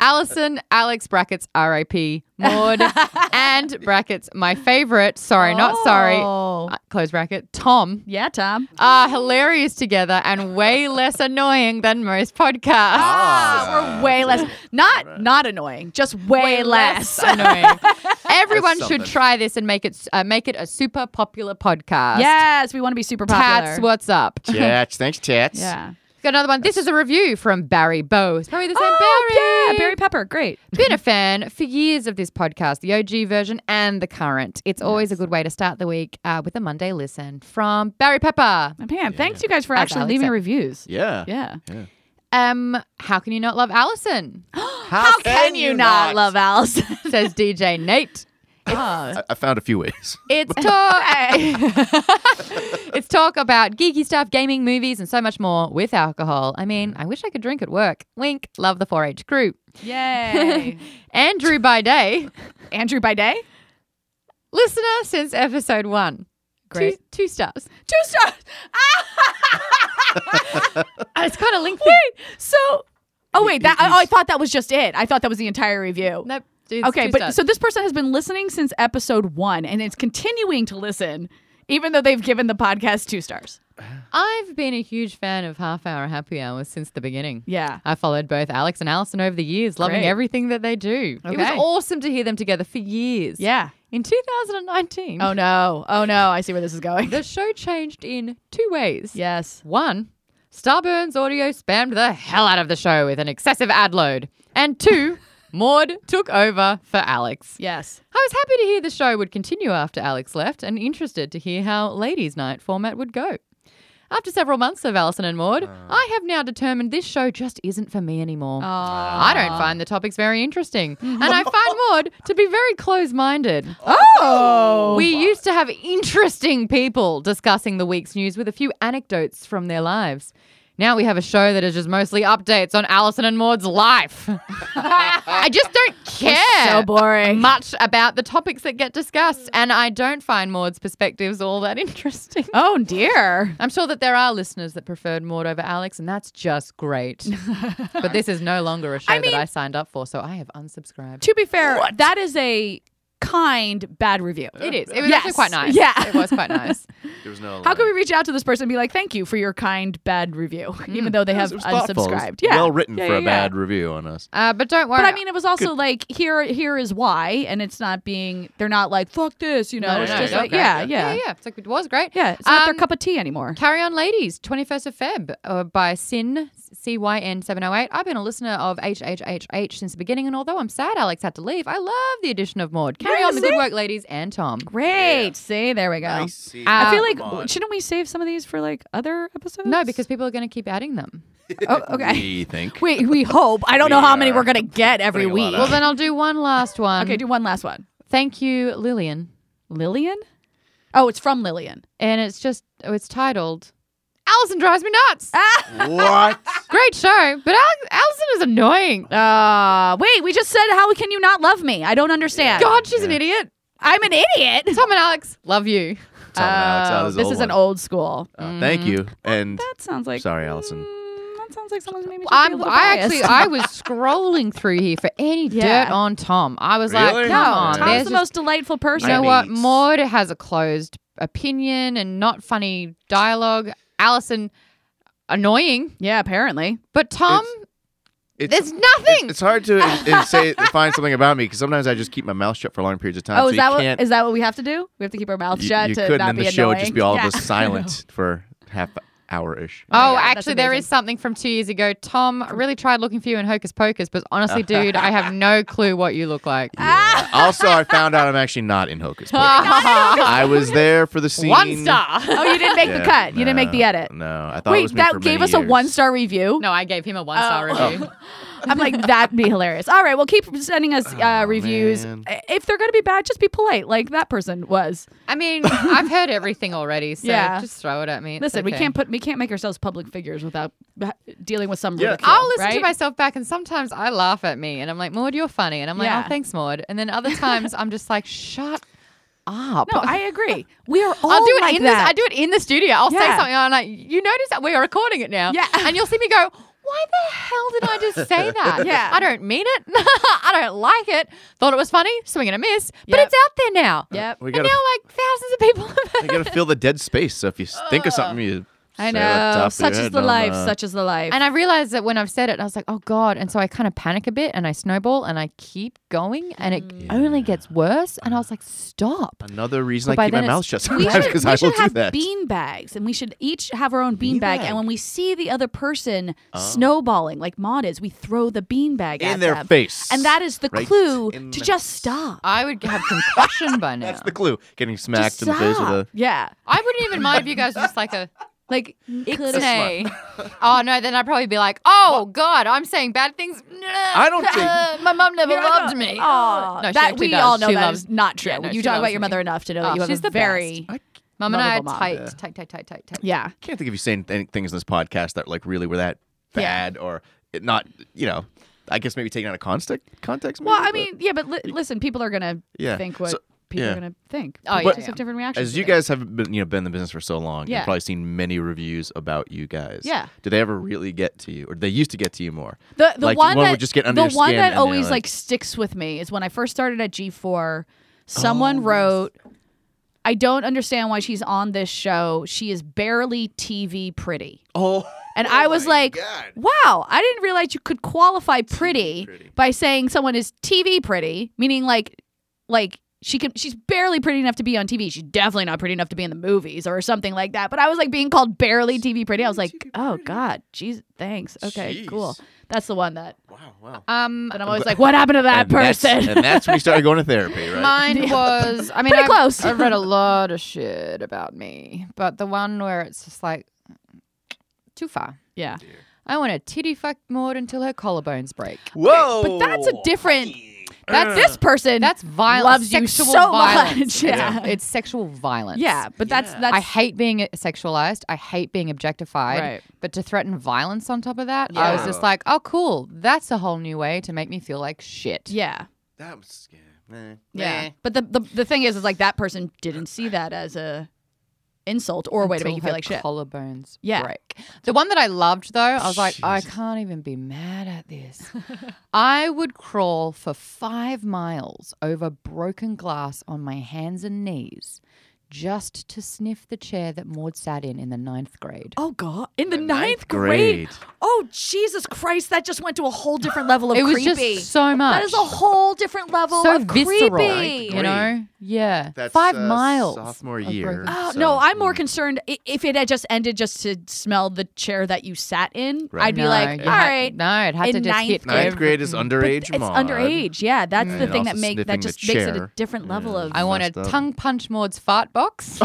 Speaker 3: Allison, Alex brackets R.I.P. Maud, and brackets my favorite. Sorry, not sorry.
Speaker 2: Oh.
Speaker 3: uh, Close bracket. Tom
Speaker 2: Yeah, Tom.
Speaker 3: are hilarious together and way less annoying than most podcasts.
Speaker 2: Ah, we're way less not not annoying, just way, less.
Speaker 3: annoying. Everyone
Speaker 4: That's
Speaker 3: should
Speaker 4: something.
Speaker 3: try this and make it s- uh, make it a super popular podcast.
Speaker 2: Yes, we want to be super popular.
Speaker 3: Tats, what's up?
Speaker 4: Tats. Thanks, Tats.
Speaker 2: Yeah.
Speaker 3: Got another one. This is a review from Barry Bowes. Probably the same
Speaker 2: Oh,
Speaker 3: Barry.
Speaker 2: yeah, Barry Pepper, great.
Speaker 3: Been a fan for years of this podcast, the OG version and the current. It's always a good way to start the week uh, with a Monday listen from Barry Pepper.
Speaker 2: Man, thanks you guys for
Speaker 3: As
Speaker 2: actually
Speaker 3: Alex
Speaker 2: leaving
Speaker 3: said.
Speaker 2: reviews.
Speaker 4: Yeah.
Speaker 2: Yeah.
Speaker 3: Um, how can you not love Allison?
Speaker 4: How,
Speaker 2: love Alice?
Speaker 3: Says DJ Nate.
Speaker 2: oh,
Speaker 4: I, I found a few ways.
Speaker 3: It's talk. it's talk about geeky stuff, gaming, movies, and so much more with alcohol. I mean, I wish I could drink at work. Wink. Love the 4-H crew.
Speaker 2: yay.
Speaker 3: Andrew by day.
Speaker 2: Andrew by day?
Speaker 3: listener since episode one.
Speaker 2: Great.
Speaker 3: Two, two stars.
Speaker 2: Two stars.
Speaker 3: it's kind of linked.
Speaker 2: Wait, so Oh wait, that I, oh, I thought that was just it. I thought that was the entire review.
Speaker 3: Nope. it's
Speaker 2: okay,
Speaker 3: two
Speaker 2: but
Speaker 3: stars.
Speaker 2: so this person has been listening since episode 1 and is continuing to listen even though they've given the podcast 2 stars.
Speaker 3: I've been a huge fan of Half Hour Happy Hour since the beginning.
Speaker 2: Yeah.
Speaker 3: I followed both Alex and Allison over the years, loving
Speaker 2: Great.
Speaker 3: everything that they do. It was
Speaker 2: Okay.
Speaker 3: awesome to hear them together for years.
Speaker 2: Yeah.
Speaker 3: In 2019,
Speaker 2: Oh no. Oh no. I see where this is going.
Speaker 3: the show changed in two ways.
Speaker 2: yes.
Speaker 3: One, Starburns Audio spammed the hell out of the show with an excessive ad load. And two, Maud took over for Alex.
Speaker 2: Yes.
Speaker 3: I was happy to hear the show would continue after Alex left and interested to hear how ladies' night format would go. After several months of Alison and Maud, I have now determined this show just isn't for me anymore.
Speaker 2: Ah.
Speaker 3: I don't find the topics very interesting, and I find Maud to be very close minded.
Speaker 2: Oh.
Speaker 3: we used to have interesting people discussing the week's news with a few anecdotes from their lives. Now we have a show that is just mostly updates on Alison and Maud's life. I just don't care
Speaker 2: So boring.
Speaker 3: much about the topics that get
Speaker 2: Mm.
Speaker 3: discussed, and I don't find Maud's perspectives all that interesting.
Speaker 2: oh dear.
Speaker 3: I'm sure that there are listeners that preferred Maud over Alex, and that's just great. but this is no longer a show
Speaker 2: I mean-
Speaker 3: that I signed up for, so I have unsubscribed.
Speaker 2: To be fair, that is a kind bad review.
Speaker 3: It is. It was
Speaker 2: Yes.
Speaker 3: actually quite nice.
Speaker 2: Yeah.
Speaker 3: It was quite nice.
Speaker 4: There was no.
Speaker 2: How
Speaker 4: like-
Speaker 2: can we reach out to this person and be like, "Thank you for your kind bad review,"
Speaker 3: Mm.
Speaker 2: even though they
Speaker 4: It
Speaker 2: have
Speaker 4: was- it was thoughtful. It was
Speaker 2: unsubscribed? Yeah,
Speaker 4: Well written
Speaker 2: Yeah,
Speaker 4: for
Speaker 2: yeah,
Speaker 4: a
Speaker 2: yeah.
Speaker 4: bad review on us.
Speaker 3: Uh, but don't worry.
Speaker 2: But I mean, it was also like here, here is why, and it's not being. They're not like fuck this, you know.
Speaker 3: No, no,
Speaker 2: it's
Speaker 3: no,
Speaker 2: just
Speaker 3: no,
Speaker 2: like
Speaker 3: okay.
Speaker 2: yeah,
Speaker 3: yeah,
Speaker 2: yeah, yeah,
Speaker 3: yeah. It's like it was great.
Speaker 2: It's not their
Speaker 3: Um,
Speaker 2: cup of tea anymore.
Speaker 3: Carry On Ladies, 21st of Feb uh, by Sin, CYN708. I've been a listener of HHHH since the beginning, and although I'm sad Alex had to leave, I love the addition of Maud. Carry
Speaker 2: Yeah,
Speaker 3: on the good
Speaker 2: see?
Speaker 3: work, ladies, and Tom.
Speaker 2: Great. See, there we go.
Speaker 4: see.
Speaker 3: Uh,
Speaker 2: I feel
Speaker 4: Ah, Come
Speaker 2: like
Speaker 4: on.
Speaker 2: shouldn't we save some of these for like other episodes?
Speaker 3: No, because people are going to keep adding them.
Speaker 2: oh, okay.
Speaker 4: We think.
Speaker 2: We we hope. I don't
Speaker 4: We
Speaker 2: know how many
Speaker 4: are
Speaker 2: we're gonna get every
Speaker 4: putting a lot
Speaker 2: week. Um,
Speaker 4: out.
Speaker 3: Well, then I'll do one last one.
Speaker 2: okay, do one last one.
Speaker 3: Thank you, Lillian.
Speaker 2: Lillian. Oh, it's from Lillian.
Speaker 3: And it's just, oh, it's titled Allison Drives Me Nuts.
Speaker 2: Ah!
Speaker 4: what?
Speaker 3: Great show, but Al- Allison is annoying.
Speaker 2: Uh wait, we just said how can you not love me? I don't understand.
Speaker 3: God, she's an idiot.
Speaker 2: I'm an idiot.
Speaker 3: Tom and Alex, love you.
Speaker 4: Tom and Alex,
Speaker 2: Oh,
Speaker 4: oh,
Speaker 2: this is an
Speaker 4: one.
Speaker 2: old school.
Speaker 4: Uh, thank you. And
Speaker 2: That sounds like
Speaker 4: Sorry, Allison.
Speaker 2: Mm, that sounds like someone's maybe. just being
Speaker 3: I'm,
Speaker 2: a little
Speaker 3: I actually
Speaker 2: biased.
Speaker 3: I was scrolling through here for any
Speaker 2: Yeah.
Speaker 3: dirt on Tom. I was like,
Speaker 4: Really?
Speaker 3: come
Speaker 4: No,
Speaker 3: on,
Speaker 2: Tom's
Speaker 3: there's
Speaker 2: the
Speaker 3: just-
Speaker 2: most delightful person.
Speaker 3: you know what?
Speaker 4: Nice.
Speaker 3: Maud has a closed opinion and not funny dialogue. Allison, annoying,
Speaker 2: Yeah, apparently.
Speaker 3: but Tom,
Speaker 4: it's,
Speaker 3: there's nothing.
Speaker 4: It's, it's hard to in, in say find something about me because sometimes I just keep my mouth shut for long periods of time.
Speaker 2: oh,
Speaker 4: so
Speaker 2: is
Speaker 4: you
Speaker 2: that
Speaker 4: can't,
Speaker 2: what is that what we have to do? We have to keep our mouths
Speaker 4: you,
Speaker 2: shut
Speaker 4: you
Speaker 2: to
Speaker 4: couldn't
Speaker 2: not
Speaker 4: in
Speaker 2: be
Speaker 4: the show
Speaker 2: annoying.
Speaker 4: it'd just be all
Speaker 2: yeah.
Speaker 4: of us silent for half hour ish.
Speaker 3: Oh,
Speaker 2: Yeah, that's
Speaker 3: actually, there is
Speaker 2: amazing.
Speaker 3: something from two years ago. Tom, I really tried looking for you in Hocus Pocus, but honestly, dude, I have no clue what you look like.
Speaker 2: Ah!
Speaker 4: also, I found out I'm actually not in Hocus Pocus. I was there for the scene.
Speaker 3: One star.
Speaker 2: Oh, you didn't make the
Speaker 4: Yeah,
Speaker 2: cut. You didn't make the
Speaker 4: no,
Speaker 2: edit.
Speaker 4: No, I thought it
Speaker 2: Wait,
Speaker 4: was me for
Speaker 2: that gave
Speaker 4: many
Speaker 2: us a
Speaker 4: years.
Speaker 2: one star review.
Speaker 3: No, I gave him a one star
Speaker 2: Oh.
Speaker 3: review.
Speaker 2: I'm like, that'd be hilarious. All right, well, keep sending us uh,
Speaker 4: Oh,
Speaker 2: reviews.
Speaker 4: man.
Speaker 2: I- If they're going to be bad, just be polite, like that person was.
Speaker 3: I mean, I've heard everything already, so
Speaker 2: Yeah.
Speaker 3: just throw it at me. It's
Speaker 2: Listen, we
Speaker 3: okay.
Speaker 2: can't put, we can't make ourselves public figures without uh, dealing with some
Speaker 4: Yeah.
Speaker 2: ridicule.
Speaker 3: I'll listen to
Speaker 2: right?
Speaker 3: myself back, and sometimes I laugh at me, and I'm like, Maud, you're funny, and I'm like,
Speaker 2: Yeah.
Speaker 3: oh, thanks, Maud. And then other times, I'm just like, shut up.
Speaker 2: No, I agree. We are all
Speaker 3: I'll do it
Speaker 2: like
Speaker 3: in
Speaker 2: that.
Speaker 3: this. I do it in the studio. I'll say
Speaker 2: Yeah.
Speaker 3: something. I'm like, you notice that we are recording it now.
Speaker 2: Yeah.
Speaker 3: And you'll see me go, why the hell did I just say that?
Speaker 2: Yeah.
Speaker 3: I don't mean it. I don't like it. Thought it was funny. Something gonna miss. But
Speaker 2: Yep.
Speaker 3: it's out there now.
Speaker 2: Yep.
Speaker 4: We
Speaker 3: And now
Speaker 4: gotta,
Speaker 3: like thousands of people have
Speaker 4: you gotta fill the dead space. So if you s- think of something, you.
Speaker 2: I
Speaker 4: say it off the top
Speaker 2: know.
Speaker 4: of
Speaker 2: Such
Speaker 4: your
Speaker 2: is
Speaker 4: head,
Speaker 2: the
Speaker 4: and I'm,
Speaker 2: life.
Speaker 4: uh,
Speaker 2: Such is the life.
Speaker 3: And I realized that when I've said it, I was like, oh God. And so I kind of panic a bit and I snowball and I keep going and it only gets worse. And I was like, stop.
Speaker 4: Another reason
Speaker 3: But by
Speaker 4: I keep my
Speaker 3: then it's-
Speaker 4: mouth shut
Speaker 2: we
Speaker 4: sometimes
Speaker 2: should,
Speaker 4: because
Speaker 2: we
Speaker 4: I
Speaker 2: should
Speaker 4: will do
Speaker 2: have
Speaker 4: that.
Speaker 2: bean bags and we should each have our own bean,
Speaker 4: Bean
Speaker 2: bag.
Speaker 4: bag. Oh.
Speaker 2: And when we see the other person snowballing like Maud is, we throw the bean bag
Speaker 4: in
Speaker 2: at
Speaker 4: their
Speaker 2: them.
Speaker 4: face.
Speaker 2: And that is the
Speaker 4: Right
Speaker 2: clue
Speaker 4: in
Speaker 2: to
Speaker 4: the-
Speaker 2: just stop.
Speaker 3: I would have concussion by now.
Speaker 4: That's the clue. Getting
Speaker 2: Just
Speaker 4: smacked in the face with
Speaker 2: stop.
Speaker 4: a.
Speaker 2: Yeah.
Speaker 3: I wouldn't even mind if you guys were just like a
Speaker 2: Like, could
Speaker 3: ixnay. oh no, then I'd probably be like, oh God, I'm saying bad things. I
Speaker 4: don't think-
Speaker 3: my mum never loved me.
Speaker 2: Oh,
Speaker 3: No, she
Speaker 2: that
Speaker 3: actually
Speaker 2: we
Speaker 3: does.
Speaker 2: all know
Speaker 3: She
Speaker 2: that
Speaker 3: loves-
Speaker 2: is not true.
Speaker 3: Yeah, no,
Speaker 2: you
Speaker 3: she
Speaker 2: talk about
Speaker 3: loves
Speaker 2: your
Speaker 3: me.
Speaker 2: mother enough to know
Speaker 3: Oh,
Speaker 2: that you
Speaker 3: she's
Speaker 2: have a
Speaker 3: the
Speaker 2: very
Speaker 4: I
Speaker 3: Mum and I are
Speaker 2: Lovable mum.
Speaker 3: tight,
Speaker 4: Yeah.
Speaker 3: tight, tight, tight, tight, tight.
Speaker 2: yeah.
Speaker 4: can't think if you saying any things in this podcast that like really were that
Speaker 2: Yeah.
Speaker 4: bad or it not. You know, I guess maybe taken out of context. Context. Maybe,
Speaker 2: Well, I
Speaker 4: but-
Speaker 2: mean, yeah, but li- listen, people are gonna
Speaker 4: Yeah.
Speaker 2: think what
Speaker 4: So-
Speaker 2: people are
Speaker 4: yeah.
Speaker 2: gonna think.
Speaker 3: Oh,
Speaker 2: People
Speaker 3: yeah,
Speaker 2: just
Speaker 3: yeah.
Speaker 2: have different reactions.
Speaker 4: As
Speaker 2: to
Speaker 4: you
Speaker 2: things.
Speaker 4: guys have been, you know, been in the business for so long,
Speaker 2: Yeah.
Speaker 4: you've probably seen many reviews about you guys.
Speaker 2: Yeah.
Speaker 4: Do they ever really get to you, or do they used to get to you more?
Speaker 2: The the
Speaker 4: Like,
Speaker 2: one,
Speaker 4: one
Speaker 2: that
Speaker 4: would just get under
Speaker 2: the
Speaker 4: your
Speaker 2: one
Speaker 4: skin
Speaker 2: that
Speaker 4: and you're
Speaker 2: always
Speaker 4: like-
Speaker 2: like sticks with me is when I first started at G four. Someone wrote, "I don't understand why she's on this show. She is barely TV pretty."
Speaker 4: Oh.
Speaker 2: And I was like, "Wow, I didn't realize you could qualify pretty,
Speaker 4: pretty.
Speaker 2: by saying someone is TV pretty, meaning like, like." She can. She's barely pretty enough to be on TV. She's definitely not pretty enough to be in the movies or something like that. But I was like being called barely TV pretty. I was like, oh god, jeez, thanks. Okay, cool.
Speaker 4: Jeez.
Speaker 2: That's the one that
Speaker 4: Wow. Wow.
Speaker 3: Um,
Speaker 2: and I'm always like, what happened to that
Speaker 4: and That's,
Speaker 2: person?
Speaker 4: and that's when you started going to therapy, right?
Speaker 3: mine was. I mean,
Speaker 2: Pretty
Speaker 3: I've,
Speaker 2: close.
Speaker 3: I've read a lot of shit about me, but the one where it's just like too far.
Speaker 2: yeah.
Speaker 3: I want to titty fuck Maud until her collarbones break.
Speaker 4: Whoa.
Speaker 2: But that's a different that's
Speaker 4: Ugh.
Speaker 2: this person
Speaker 3: That's violence.
Speaker 2: loves you
Speaker 3: sexual
Speaker 2: so
Speaker 3: violence.
Speaker 2: much.
Speaker 3: It's-
Speaker 2: Yeah.
Speaker 3: It's, sexual violence.
Speaker 2: Yeah, but that's
Speaker 4: Yeah.
Speaker 2: that's
Speaker 3: I hate being sexualized. I hate being objectified.
Speaker 2: Right.
Speaker 3: But to threaten violence on top of that, I was
Speaker 4: Yeah.
Speaker 3: just like, oh, cool. That's a whole new way to make me feel like shit.
Speaker 2: yeah.
Speaker 4: That was yeah.
Speaker 2: Yeah. But the, the the thing is is like that person didn't see that as a insult or a way to make
Speaker 3: Until
Speaker 2: you feel
Speaker 3: her
Speaker 2: like shit.
Speaker 3: Collarbones
Speaker 2: Yeah.
Speaker 3: break. The one that I loved though, I was like, I can't even be mad at this. I would crawl for five miles over broken glass on my hands and knees just to sniff the chair that Maud sat in in the ninth grade.
Speaker 2: Oh God! In the, ninth, grade.
Speaker 4: grade.
Speaker 2: Oh Jesus Christ! That just went to a whole different level of
Speaker 3: it was
Speaker 2: creepy.
Speaker 3: just so much.
Speaker 2: that is a whole different level
Speaker 3: so
Speaker 2: of
Speaker 3: visceral,
Speaker 2: creepy.
Speaker 3: you know? Yeah,
Speaker 4: That's,
Speaker 3: five
Speaker 4: uh,
Speaker 3: miles.
Speaker 4: sophomore
Speaker 3: of
Speaker 4: year.
Speaker 3: broken-
Speaker 2: Oh,
Speaker 4: So,
Speaker 2: no, I'm more
Speaker 4: mm.
Speaker 2: concerned i- if it had just ended just to smell the chair that you sat in.
Speaker 4: Right.
Speaker 2: I'd be
Speaker 3: No,
Speaker 2: like,
Speaker 3: you
Speaker 2: all
Speaker 3: had-
Speaker 2: right,
Speaker 3: No, it had to
Speaker 2: in
Speaker 3: just
Speaker 2: ninth
Speaker 3: hit
Speaker 2: grade.
Speaker 4: Ninth
Speaker 3: every-
Speaker 4: grade is underage.
Speaker 2: it's
Speaker 4: Maude.
Speaker 2: underage. Yeah, that's the
Speaker 4: And
Speaker 2: thing that
Speaker 4: also
Speaker 2: make that
Speaker 4: sniffing the
Speaker 2: just makes it a
Speaker 4: chair.
Speaker 2: different level
Speaker 4: Yeah.
Speaker 2: of.
Speaker 3: I want
Speaker 4: messed
Speaker 3: to
Speaker 4: up.
Speaker 3: tongue punch Maud's fart box.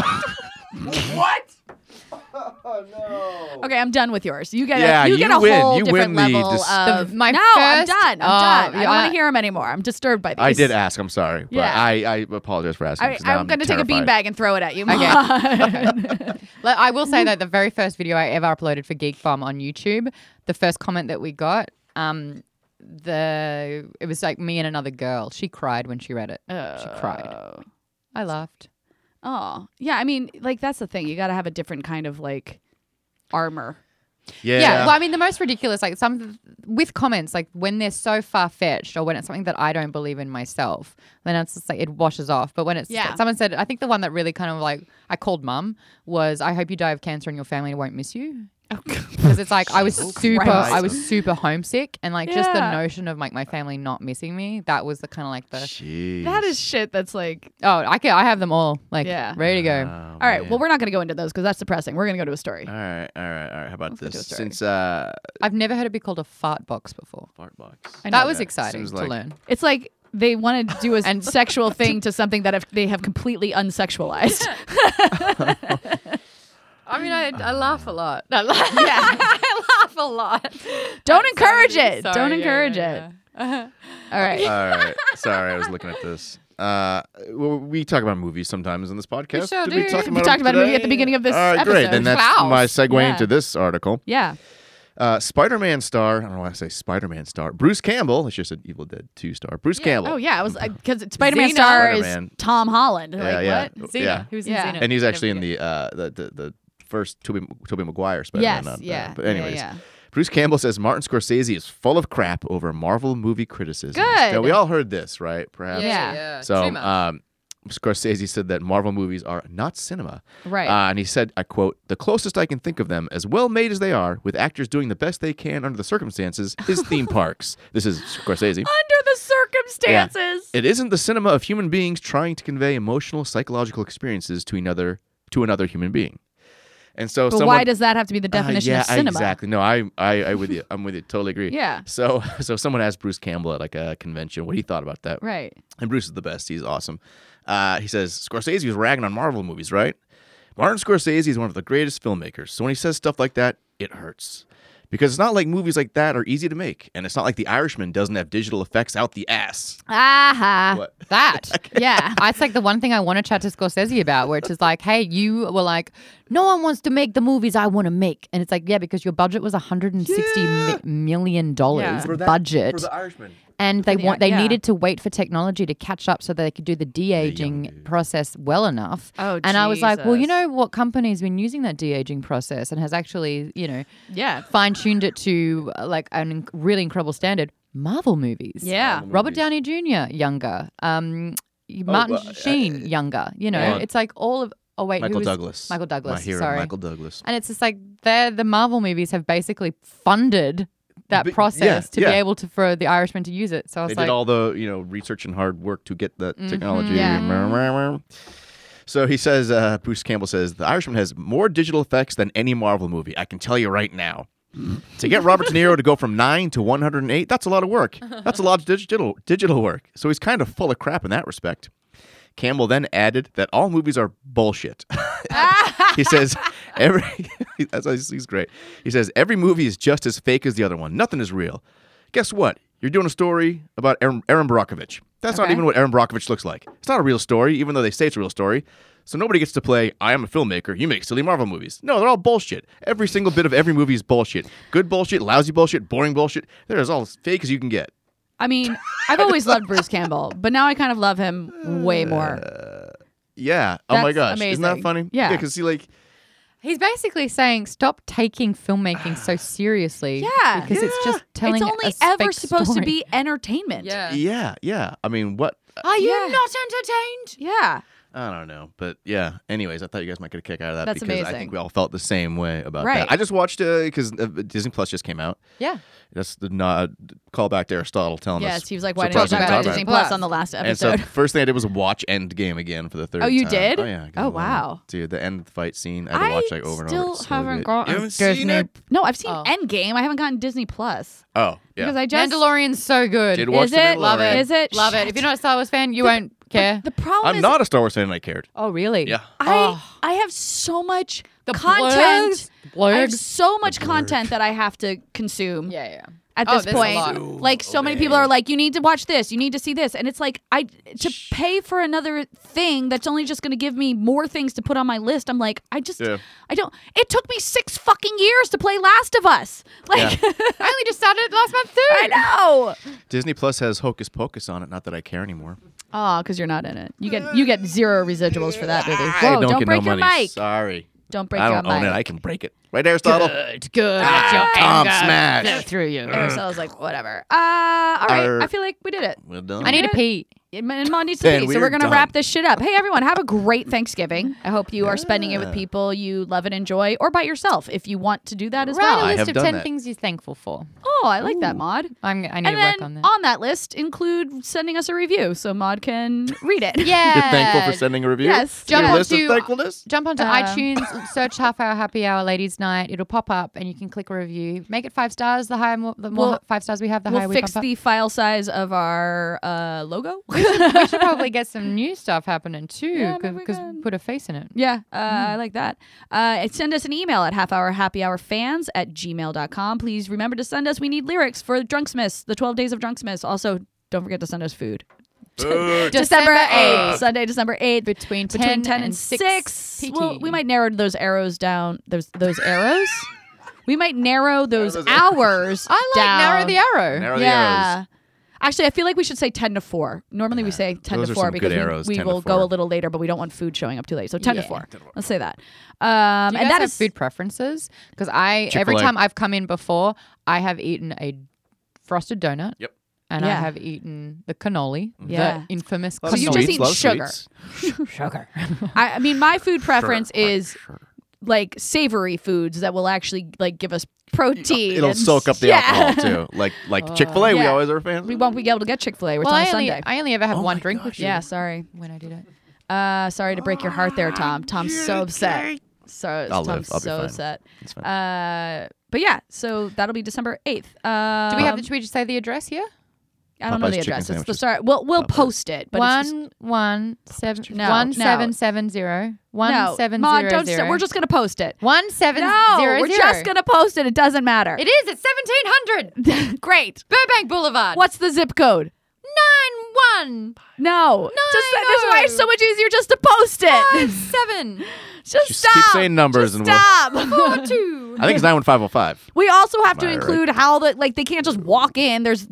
Speaker 2: okay, I'm done with yours. You get
Speaker 4: Yeah,
Speaker 2: a, you,
Speaker 4: you
Speaker 2: get a
Speaker 4: win.
Speaker 2: whole
Speaker 4: You
Speaker 2: different
Speaker 4: win the
Speaker 2: level
Speaker 4: dis-
Speaker 2: of.
Speaker 3: The- my
Speaker 2: no, I'm
Speaker 3: first-
Speaker 2: done. I'm
Speaker 3: Oh,
Speaker 2: done. I
Speaker 3: yeah,
Speaker 2: don't want
Speaker 3: I-
Speaker 2: to hear him anymore. I'm disturbed by these.
Speaker 4: I did ask. I'm sorry, but
Speaker 2: Yeah.
Speaker 4: I, I apologize for asking.
Speaker 2: I,
Speaker 4: 'cause now
Speaker 2: I'm going to take a
Speaker 4: terrified.
Speaker 2: beanbag and throw it at you.
Speaker 3: Okay.
Speaker 2: Okay.
Speaker 3: Like, I will say that the very first video I ever uploaded for Geek Farm on YouTube, the first comment that we got, um, the it was like me and another girl. She cried when she read it. She cried. I laughed.
Speaker 2: oh, yeah. I mean, like that's the thing. You got to have a different kind of like armor.
Speaker 4: Yeah.
Speaker 3: Yeah. Well, I mean, the most ridiculous, like some with comments, like when they're so far fetched or when it's something that I don't believe in myself, then it's just like it washes off. But when it's
Speaker 2: Yeah.
Speaker 3: someone said, I think the one that really kind of like I called mum was, I hope you die of cancer and your family won't miss you. because it's like I was
Speaker 4: Oh,
Speaker 3: super,
Speaker 2: Christ.
Speaker 3: I was super homesick, and like just the
Speaker 2: Yeah.
Speaker 3: notion of like my family not missing me. That was the kind of like the
Speaker 4: Jeez.
Speaker 2: That is shit. That's like.
Speaker 3: oh, I can, I have them all like
Speaker 2: Yeah.
Speaker 3: ready to
Speaker 4: Oh,
Speaker 3: go.
Speaker 2: All right. Well, we're not going to go into those because that's depressing. We're going to go to a story.
Speaker 4: All right. All right. All right. How about
Speaker 2: Let's go to
Speaker 4: this?
Speaker 2: a story.
Speaker 4: Since uh,
Speaker 3: I've never heard it be called a fart box before.
Speaker 4: fart box.
Speaker 2: I know.
Speaker 3: That was
Speaker 4: Yeah,
Speaker 3: exciting
Speaker 4: seems
Speaker 3: to
Speaker 4: like-
Speaker 3: learn.
Speaker 2: It's like they want to do a sexual thing to something that have, they have completely unsexualized.
Speaker 3: I mean, I, I laugh a lot. I laugh, I laugh a lot.
Speaker 2: Don't encourage it. Don't encourage it. All right.
Speaker 4: All right. Sorry, I was looking at this. Uh, well, we talk about movies sometimes in this podcast.
Speaker 3: sure
Speaker 4: Did we
Speaker 3: do.
Speaker 4: talk
Speaker 3: We
Speaker 4: about
Speaker 2: talked
Speaker 4: them
Speaker 2: about a movie at
Speaker 4: today?
Speaker 2: the beginning of this
Speaker 4: All right, great. Then
Speaker 2: episode.
Speaker 4: that's
Speaker 3: Wow.
Speaker 4: my segue
Speaker 2: Yeah.
Speaker 4: into this article.
Speaker 2: Yeah.
Speaker 4: Uh, Spider-Man star. I don't know why I say Spider-Man star. Bruce Campbell. It's just an Evil Dead Two star. Bruce Campbell.
Speaker 2: Oh yeah. I was because Spider Man
Speaker 3: Xena.
Speaker 2: star is
Speaker 4: Spider-Man.
Speaker 2: Tom Holland.
Speaker 4: Yeah,
Speaker 2: like
Speaker 4: yeah.
Speaker 2: what?
Speaker 3: Xena.
Speaker 4: Yeah.
Speaker 3: He was
Speaker 2: Yeah.
Speaker 3: in Xena.
Speaker 4: And he's actually in the uh the the, the first Tobey Tobey Maguire Spider-Man.
Speaker 2: Yes.
Speaker 4: not, uh,
Speaker 2: yeah.
Speaker 4: but anyways.
Speaker 2: Yeah.
Speaker 4: Bruce Campbell says Martin Scorsese is full of crap over Marvel movie criticism.
Speaker 2: Good.
Speaker 4: Now, we all heard this, right? Perhaps.
Speaker 2: Yeah.
Speaker 4: So,
Speaker 3: Too much.
Speaker 4: um, Scorsese said that Marvel movies are not cinema.
Speaker 2: yeah. Right.
Speaker 4: Uh, and he said, I quote, the closest I can think of them, as well made as they are, with actors doing the best they can under the circumstances, is theme parks. This is Scorsese.
Speaker 2: Under the circumstances.
Speaker 4: It isn't the cinema of human beings trying to convey emotional, psychological experiences to another to another human being. And so
Speaker 2: But
Speaker 4: someone,
Speaker 2: why does that have to be the
Speaker 4: uh,
Speaker 2: definition
Speaker 4: yeah,
Speaker 2: of cinema?
Speaker 4: Exactly. No, I, I, I with you. I'm with you. Totally agree.
Speaker 2: Yeah.
Speaker 4: So, so someone asked Bruce Campbell at like a convention what he thought about that.
Speaker 2: Right.
Speaker 4: And Bruce is the best. He's awesome. Uh, he says Scorsese was ragging on Marvel movies, right? Martin Scorsese is one of the greatest filmmakers. So when he says stuff like that, it hurts. Because it's not like movies like that are easy to make, and it's not like The Irishman doesn't have digital effects out the ass.
Speaker 2: Aha.
Speaker 4: What?
Speaker 3: that.
Speaker 2: Yeah.
Speaker 3: That's like the one thing I want to chat to Scorsese about, where it's just like, hey, you were like, no one wants to make the movies I want to make. And it's like, yeah, because your budget was $160 mi- million dollars
Speaker 4: For that-
Speaker 3: budget.
Speaker 4: for The Irishman.
Speaker 3: and they
Speaker 2: the-
Speaker 3: want they
Speaker 2: yeah.
Speaker 3: needed to wait for technology to catch up so they could do the de aging process well enough.
Speaker 2: Oh,
Speaker 3: and I was like, well, you
Speaker 2: Jesus.
Speaker 3: know what company's been using that de aging process and has actually, you know,
Speaker 2: Yeah.
Speaker 3: fine tuned it to uh, like an inc- really incredible standard. Marvel movies.
Speaker 2: Yeah. Marvel
Speaker 3: Robert Downey Jr. younger. Um, y- Martin
Speaker 4: well, uh,
Speaker 3: Sheen younger. You know,
Speaker 4: yeah.
Speaker 3: it's like all of. Oh wait,
Speaker 4: Michael
Speaker 3: who was-
Speaker 4: Douglas.
Speaker 3: Michael Douglas.
Speaker 4: My hero,
Speaker 3: sorry.
Speaker 4: Michael Douglas.
Speaker 3: And it's just like they're the Marvel movies have basically funded that
Speaker 4: But- yeah,
Speaker 3: process to
Speaker 4: yeah.
Speaker 3: be able to for the Irishman to use it. So I was
Speaker 4: They
Speaker 3: like, Mm-hmm.
Speaker 4: did all the you know research and hard work to get that technology.
Speaker 2: yeah.
Speaker 4: So he says, uh, Bruce Campbell says, The Irishman has more digital effects than any Marvel movie. I can tell you right now. to get Robert De Niro to go from nine to 108, that's a lot of work. That's a lot of digital, digital work. So he's kind of full of crap in that respect. Campbell then added that all movies are bullshit. he says every that's why he's he's great. He says every movie is just as fake as the other one. Nothing is real. Guess what? You're doing a story about Aaron, Aaron Brockovich. That's not
Speaker 3: Okay.
Speaker 4: even what Aaron Brockovich looks like. It's not a real story, even though they say it's a real story. So nobody gets to play. I am a filmmaker. You make silly Marvel movies. No, they're all bullshit. Every single bit of every movie is bullshit. Good bullshit, lousy bullshit, boring bullshit. They're as all fake as you can get.
Speaker 2: I mean, I've always loved Bruce Campbell, but now I kind of love him way more.
Speaker 4: Yeah. oh my
Speaker 2: That's
Speaker 4: gosh. Isn't that
Speaker 2: amazing.
Speaker 4: funny?
Speaker 2: Yeah.
Speaker 4: Because see, like,
Speaker 3: He's basically saying stop taking filmmaking so seriously.
Speaker 2: Yeah.
Speaker 3: because it's just telling.
Speaker 2: it's
Speaker 3: a
Speaker 2: only
Speaker 3: s-
Speaker 2: ever
Speaker 3: fake
Speaker 2: supposed
Speaker 3: story.
Speaker 2: to be entertainment.
Speaker 3: Yeah.
Speaker 4: yeah, yeah. I mean, what?
Speaker 3: Are you
Speaker 2: Yeah.
Speaker 3: not entertained?
Speaker 2: Yeah.
Speaker 4: I don't know, but yeah. Anyways, I thought you guys might get a kick out of that
Speaker 2: That's
Speaker 4: because I
Speaker 2: amazing.
Speaker 4: think we all felt the same way about
Speaker 2: Right.
Speaker 4: that. I just watched because uh, Disney Plus just came out.
Speaker 3: Yeah.
Speaker 4: That's the nod call back to Aristotle telling us.
Speaker 2: Yes, he was like, why didn't you
Speaker 4: surprised
Speaker 2: talk
Speaker 4: we
Speaker 2: about
Speaker 4: talked
Speaker 2: Disney
Speaker 4: it.
Speaker 3: about it.
Speaker 2: Plus on the last
Speaker 4: And so
Speaker 2: episode?
Speaker 4: the first thing I did was watch Endgame again for the third.
Speaker 2: Oh, you
Speaker 4: time.
Speaker 2: did?
Speaker 4: Oh yeah. 'cause
Speaker 2: Oh,
Speaker 4: I love it.
Speaker 2: wow.
Speaker 4: Dude, the end fight scene I had to watch like over and over.
Speaker 2: still
Speaker 4: It's so
Speaker 2: haven't
Speaker 4: good.
Speaker 2: gotten
Speaker 4: You haven't seen
Speaker 2: Disney.
Speaker 4: it?
Speaker 2: No, I've seen
Speaker 3: Oh.
Speaker 2: Endgame. I haven't gotten Disney Plus
Speaker 4: Oh yeah.
Speaker 2: because I just
Speaker 3: Mandalorian's so good.
Speaker 4: Did watch
Speaker 2: Is
Speaker 4: the
Speaker 2: it? Love
Speaker 4: Mandalorian.
Speaker 2: it. Is it?
Speaker 3: Love it. If you're not a Star Wars fan, you won't care.
Speaker 2: The problem
Speaker 4: I'm
Speaker 2: is
Speaker 4: not a Star Wars fan. and I cared.
Speaker 3: oh, really?
Speaker 4: Yeah.
Speaker 2: I
Speaker 3: Oh.
Speaker 2: I have so much
Speaker 3: The
Speaker 2: content.
Speaker 3: Blurgs? Blurgs?
Speaker 2: I have so much content that I have to consume
Speaker 3: Yeah, yeah.
Speaker 2: at
Speaker 3: Oh,
Speaker 2: this
Speaker 3: there's a lot.
Speaker 2: point. Like so many people are like, you need to watch this, you need to see this, and it's like I to pay for another thing that's only just going to give me more things to put on my list. I'm like, I just
Speaker 4: Yeah.
Speaker 2: I don't. It took me six fucking years to play Last of Us. Like
Speaker 3: I only just started it last month too.
Speaker 2: I know.
Speaker 4: Disney Plus has Hocus Pocus on it. Not that I care anymore.
Speaker 2: Oh, because you're not in it. You get you get zero residuals for that movie.
Speaker 4: I
Speaker 2: Whoa! Don't,
Speaker 4: get
Speaker 2: break
Speaker 4: no
Speaker 2: your
Speaker 4: money.
Speaker 2: mic.
Speaker 4: Sorry.
Speaker 2: Don't break
Speaker 4: I
Speaker 2: your
Speaker 4: don't own
Speaker 2: mic.
Speaker 4: it. I can break it. Right, Aristotle.
Speaker 3: Good, good.
Speaker 4: Ah, Tom Smash.
Speaker 3: through you.
Speaker 2: so I was like, whatever. Uh, all right.
Speaker 4: Arr.
Speaker 2: I feel like we did it.
Speaker 4: Well done.
Speaker 3: I need to pee.
Speaker 2: And and Mom needs to
Speaker 4: And
Speaker 2: pee, so
Speaker 4: we're
Speaker 2: we're gonna
Speaker 4: done.
Speaker 2: wrap this shit up. Hey, everyone, have a great Thanksgiving. I hope you are spending it with people you love and enjoy, or by yourself if you want to do that as
Speaker 3: Write a
Speaker 4: I
Speaker 2: well.
Speaker 4: have
Speaker 3: list of
Speaker 4: done
Speaker 3: ten
Speaker 4: that.
Speaker 3: things you're thankful for.
Speaker 2: Oh, I like that, Mod.
Speaker 3: I'm, I
Speaker 2: And
Speaker 3: need to work
Speaker 2: then
Speaker 3: on
Speaker 2: on,
Speaker 3: that.
Speaker 2: that list, include sending us a review so Mod can read it.
Speaker 3: yeah.
Speaker 4: You're thankful for sending a review.
Speaker 2: Yes.
Speaker 4: Your
Speaker 3: Jump
Speaker 4: list of
Speaker 3: onto-
Speaker 4: thankfulness.
Speaker 3: Jump onto
Speaker 2: Um,
Speaker 3: iTunes, search Half Hour Happy Hour Ladies Night. It'll pop up and you can click review. Make it five stars. The higher, more, the more
Speaker 2: We'll-
Speaker 3: five stars we have, the higher
Speaker 2: We'll
Speaker 3: we
Speaker 2: fix
Speaker 3: bump
Speaker 2: the file size of our uh, logo.
Speaker 3: up. We should probably get some new stuff happening too
Speaker 2: Yeah,
Speaker 3: because
Speaker 2: maybe we can.
Speaker 3: put a face in it.
Speaker 2: Yeah, uh, I like that. Uh, send us an email at halfhourhappyhourfans at gmail.com. Please remember to send us. We need lyrics for Drunksmiths, the 12 days of Drunksmiths. Also, don't forget to send us food. December 8th. Sunday, December 8th.
Speaker 3: Between 10,
Speaker 2: Between 10, and, 6. Well, we might narrow those arrows down. Those, those arrows? we might narrow those
Speaker 4: those
Speaker 2: hours
Speaker 3: I like
Speaker 2: down.
Speaker 3: narrow the arrow.
Speaker 4: Narrow the
Speaker 2: Yeah.
Speaker 4: arrows.
Speaker 2: Actually, I feel like we should say 10 to 4. Normally we say 10
Speaker 4: Those
Speaker 2: to
Speaker 4: are
Speaker 2: 4
Speaker 4: some
Speaker 2: because
Speaker 4: good
Speaker 2: we,
Speaker 4: arrows,
Speaker 2: we
Speaker 4: 10 to
Speaker 2: will go a
Speaker 4: 4.
Speaker 2: little later, but we don't want food showing up too late. So 10 to
Speaker 3: Yeah.
Speaker 2: 4. Let's say that. Um,
Speaker 3: Do you
Speaker 2: and
Speaker 3: guys
Speaker 2: that
Speaker 3: have
Speaker 2: is
Speaker 3: food preferences because I every
Speaker 4: Chick-fil-A.
Speaker 3: time I've come in before, I have eaten a frosted donut.
Speaker 4: Yep.
Speaker 3: And I
Speaker 2: Yeah.
Speaker 3: have eaten the cannoli,
Speaker 2: Yeah.
Speaker 3: the infamous
Speaker 4: Love
Speaker 2: So you just
Speaker 3: cannoli.
Speaker 4: sweets,
Speaker 2: eat
Speaker 4: love
Speaker 2: sugar.
Speaker 4: sweets.
Speaker 3: sugar.
Speaker 2: I, I mean, my food preference
Speaker 4: Sure,
Speaker 2: is
Speaker 4: sure.
Speaker 2: like savory foods that will actually like give us protein.
Speaker 4: It'll
Speaker 2: and-
Speaker 4: soak up the
Speaker 2: yeah.
Speaker 4: alcohol too. Like like Chick Fil A, we
Speaker 2: Yeah.
Speaker 4: always are fans.
Speaker 2: We
Speaker 4: of.
Speaker 2: won't be able to get Chick Fil A. We're
Speaker 3: Well,
Speaker 2: on
Speaker 3: I only,
Speaker 2: Sunday.
Speaker 3: I only ever had one drink with you.
Speaker 2: yeah, sorry.
Speaker 3: When I did it.
Speaker 2: Uh, sorry to break your heart there, Tom. Tom's so upset. So
Speaker 4: I'll live.
Speaker 2: Tom's
Speaker 4: I'll be
Speaker 2: so
Speaker 4: fine.
Speaker 2: upset.
Speaker 4: It's fine.
Speaker 2: Uh, but yeah, so that'll be December eighth. Um,
Speaker 3: Do we have? The, should we just say the address here?
Speaker 2: I don't know
Speaker 4: Popeye's
Speaker 2: the
Speaker 4: chicken
Speaker 2: address. It's the
Speaker 4: sandwiches.
Speaker 2: start. We'll we'll post it. But it's just-
Speaker 3: One one seven
Speaker 2: No,
Speaker 3: one
Speaker 2: no.
Speaker 3: seven seven zero
Speaker 2: no,
Speaker 3: one seven
Speaker 2: Ma,
Speaker 3: zero
Speaker 2: don't.
Speaker 3: zero.
Speaker 2: St- we're just gonna post it.
Speaker 3: one seven
Speaker 2: No,
Speaker 3: zero
Speaker 2: we're
Speaker 3: zero.
Speaker 2: just gonna post it. It doesn't matter.
Speaker 3: It is. It's seventeen hundred
Speaker 2: Great.
Speaker 3: Burbank Boulevard.
Speaker 2: What's the zip code?
Speaker 3: nine one
Speaker 2: No. Just,
Speaker 3: I
Speaker 2: that's why it's so
Speaker 3: know.
Speaker 2: much easier just to post it.
Speaker 3: seven
Speaker 2: just
Speaker 4: Just
Speaker 2: stop.
Speaker 4: keep saying numbers
Speaker 2: Just
Speaker 4: and we'll-
Speaker 2: stop.
Speaker 3: four two.
Speaker 4: I think it's nine one five zero five.
Speaker 2: we also have to
Speaker 4: Am I right?
Speaker 2: include how the like they can't just walk in. There's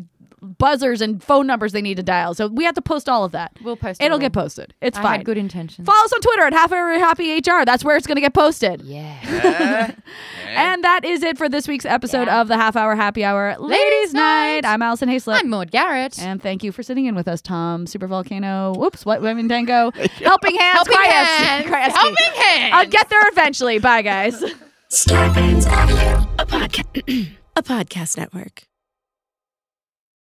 Speaker 2: buzzers and phone numbers they need to dial. So we have to post all of that.
Speaker 3: We'll post it
Speaker 2: It'll
Speaker 3: all.
Speaker 2: get posted. It's
Speaker 3: I
Speaker 2: fine.
Speaker 3: had good intentions.
Speaker 2: Follow us on Twitter at Half Hour Happy HR. That's where it's going to get posted.
Speaker 3: yeah.
Speaker 2: Eh? And that is it for this week's episode of the Half Hour Happy Hour Ladies,
Speaker 3: Ladies'
Speaker 2: Night.
Speaker 3: Night.
Speaker 2: I'm Allison Hayslip.
Speaker 3: I'm Maud Garrett.
Speaker 2: And thank you for sitting in with us, Tom. Super Volcano. Whoops, what women tango. Helping hands.
Speaker 3: Helping
Speaker 2: Kryeski-
Speaker 3: hands.
Speaker 2: Kryeski.
Speaker 3: Helping hands.
Speaker 2: I'll get there eventually. Bye, guys.
Speaker 1: Star Bands Audio.
Speaker 5: a podcast network.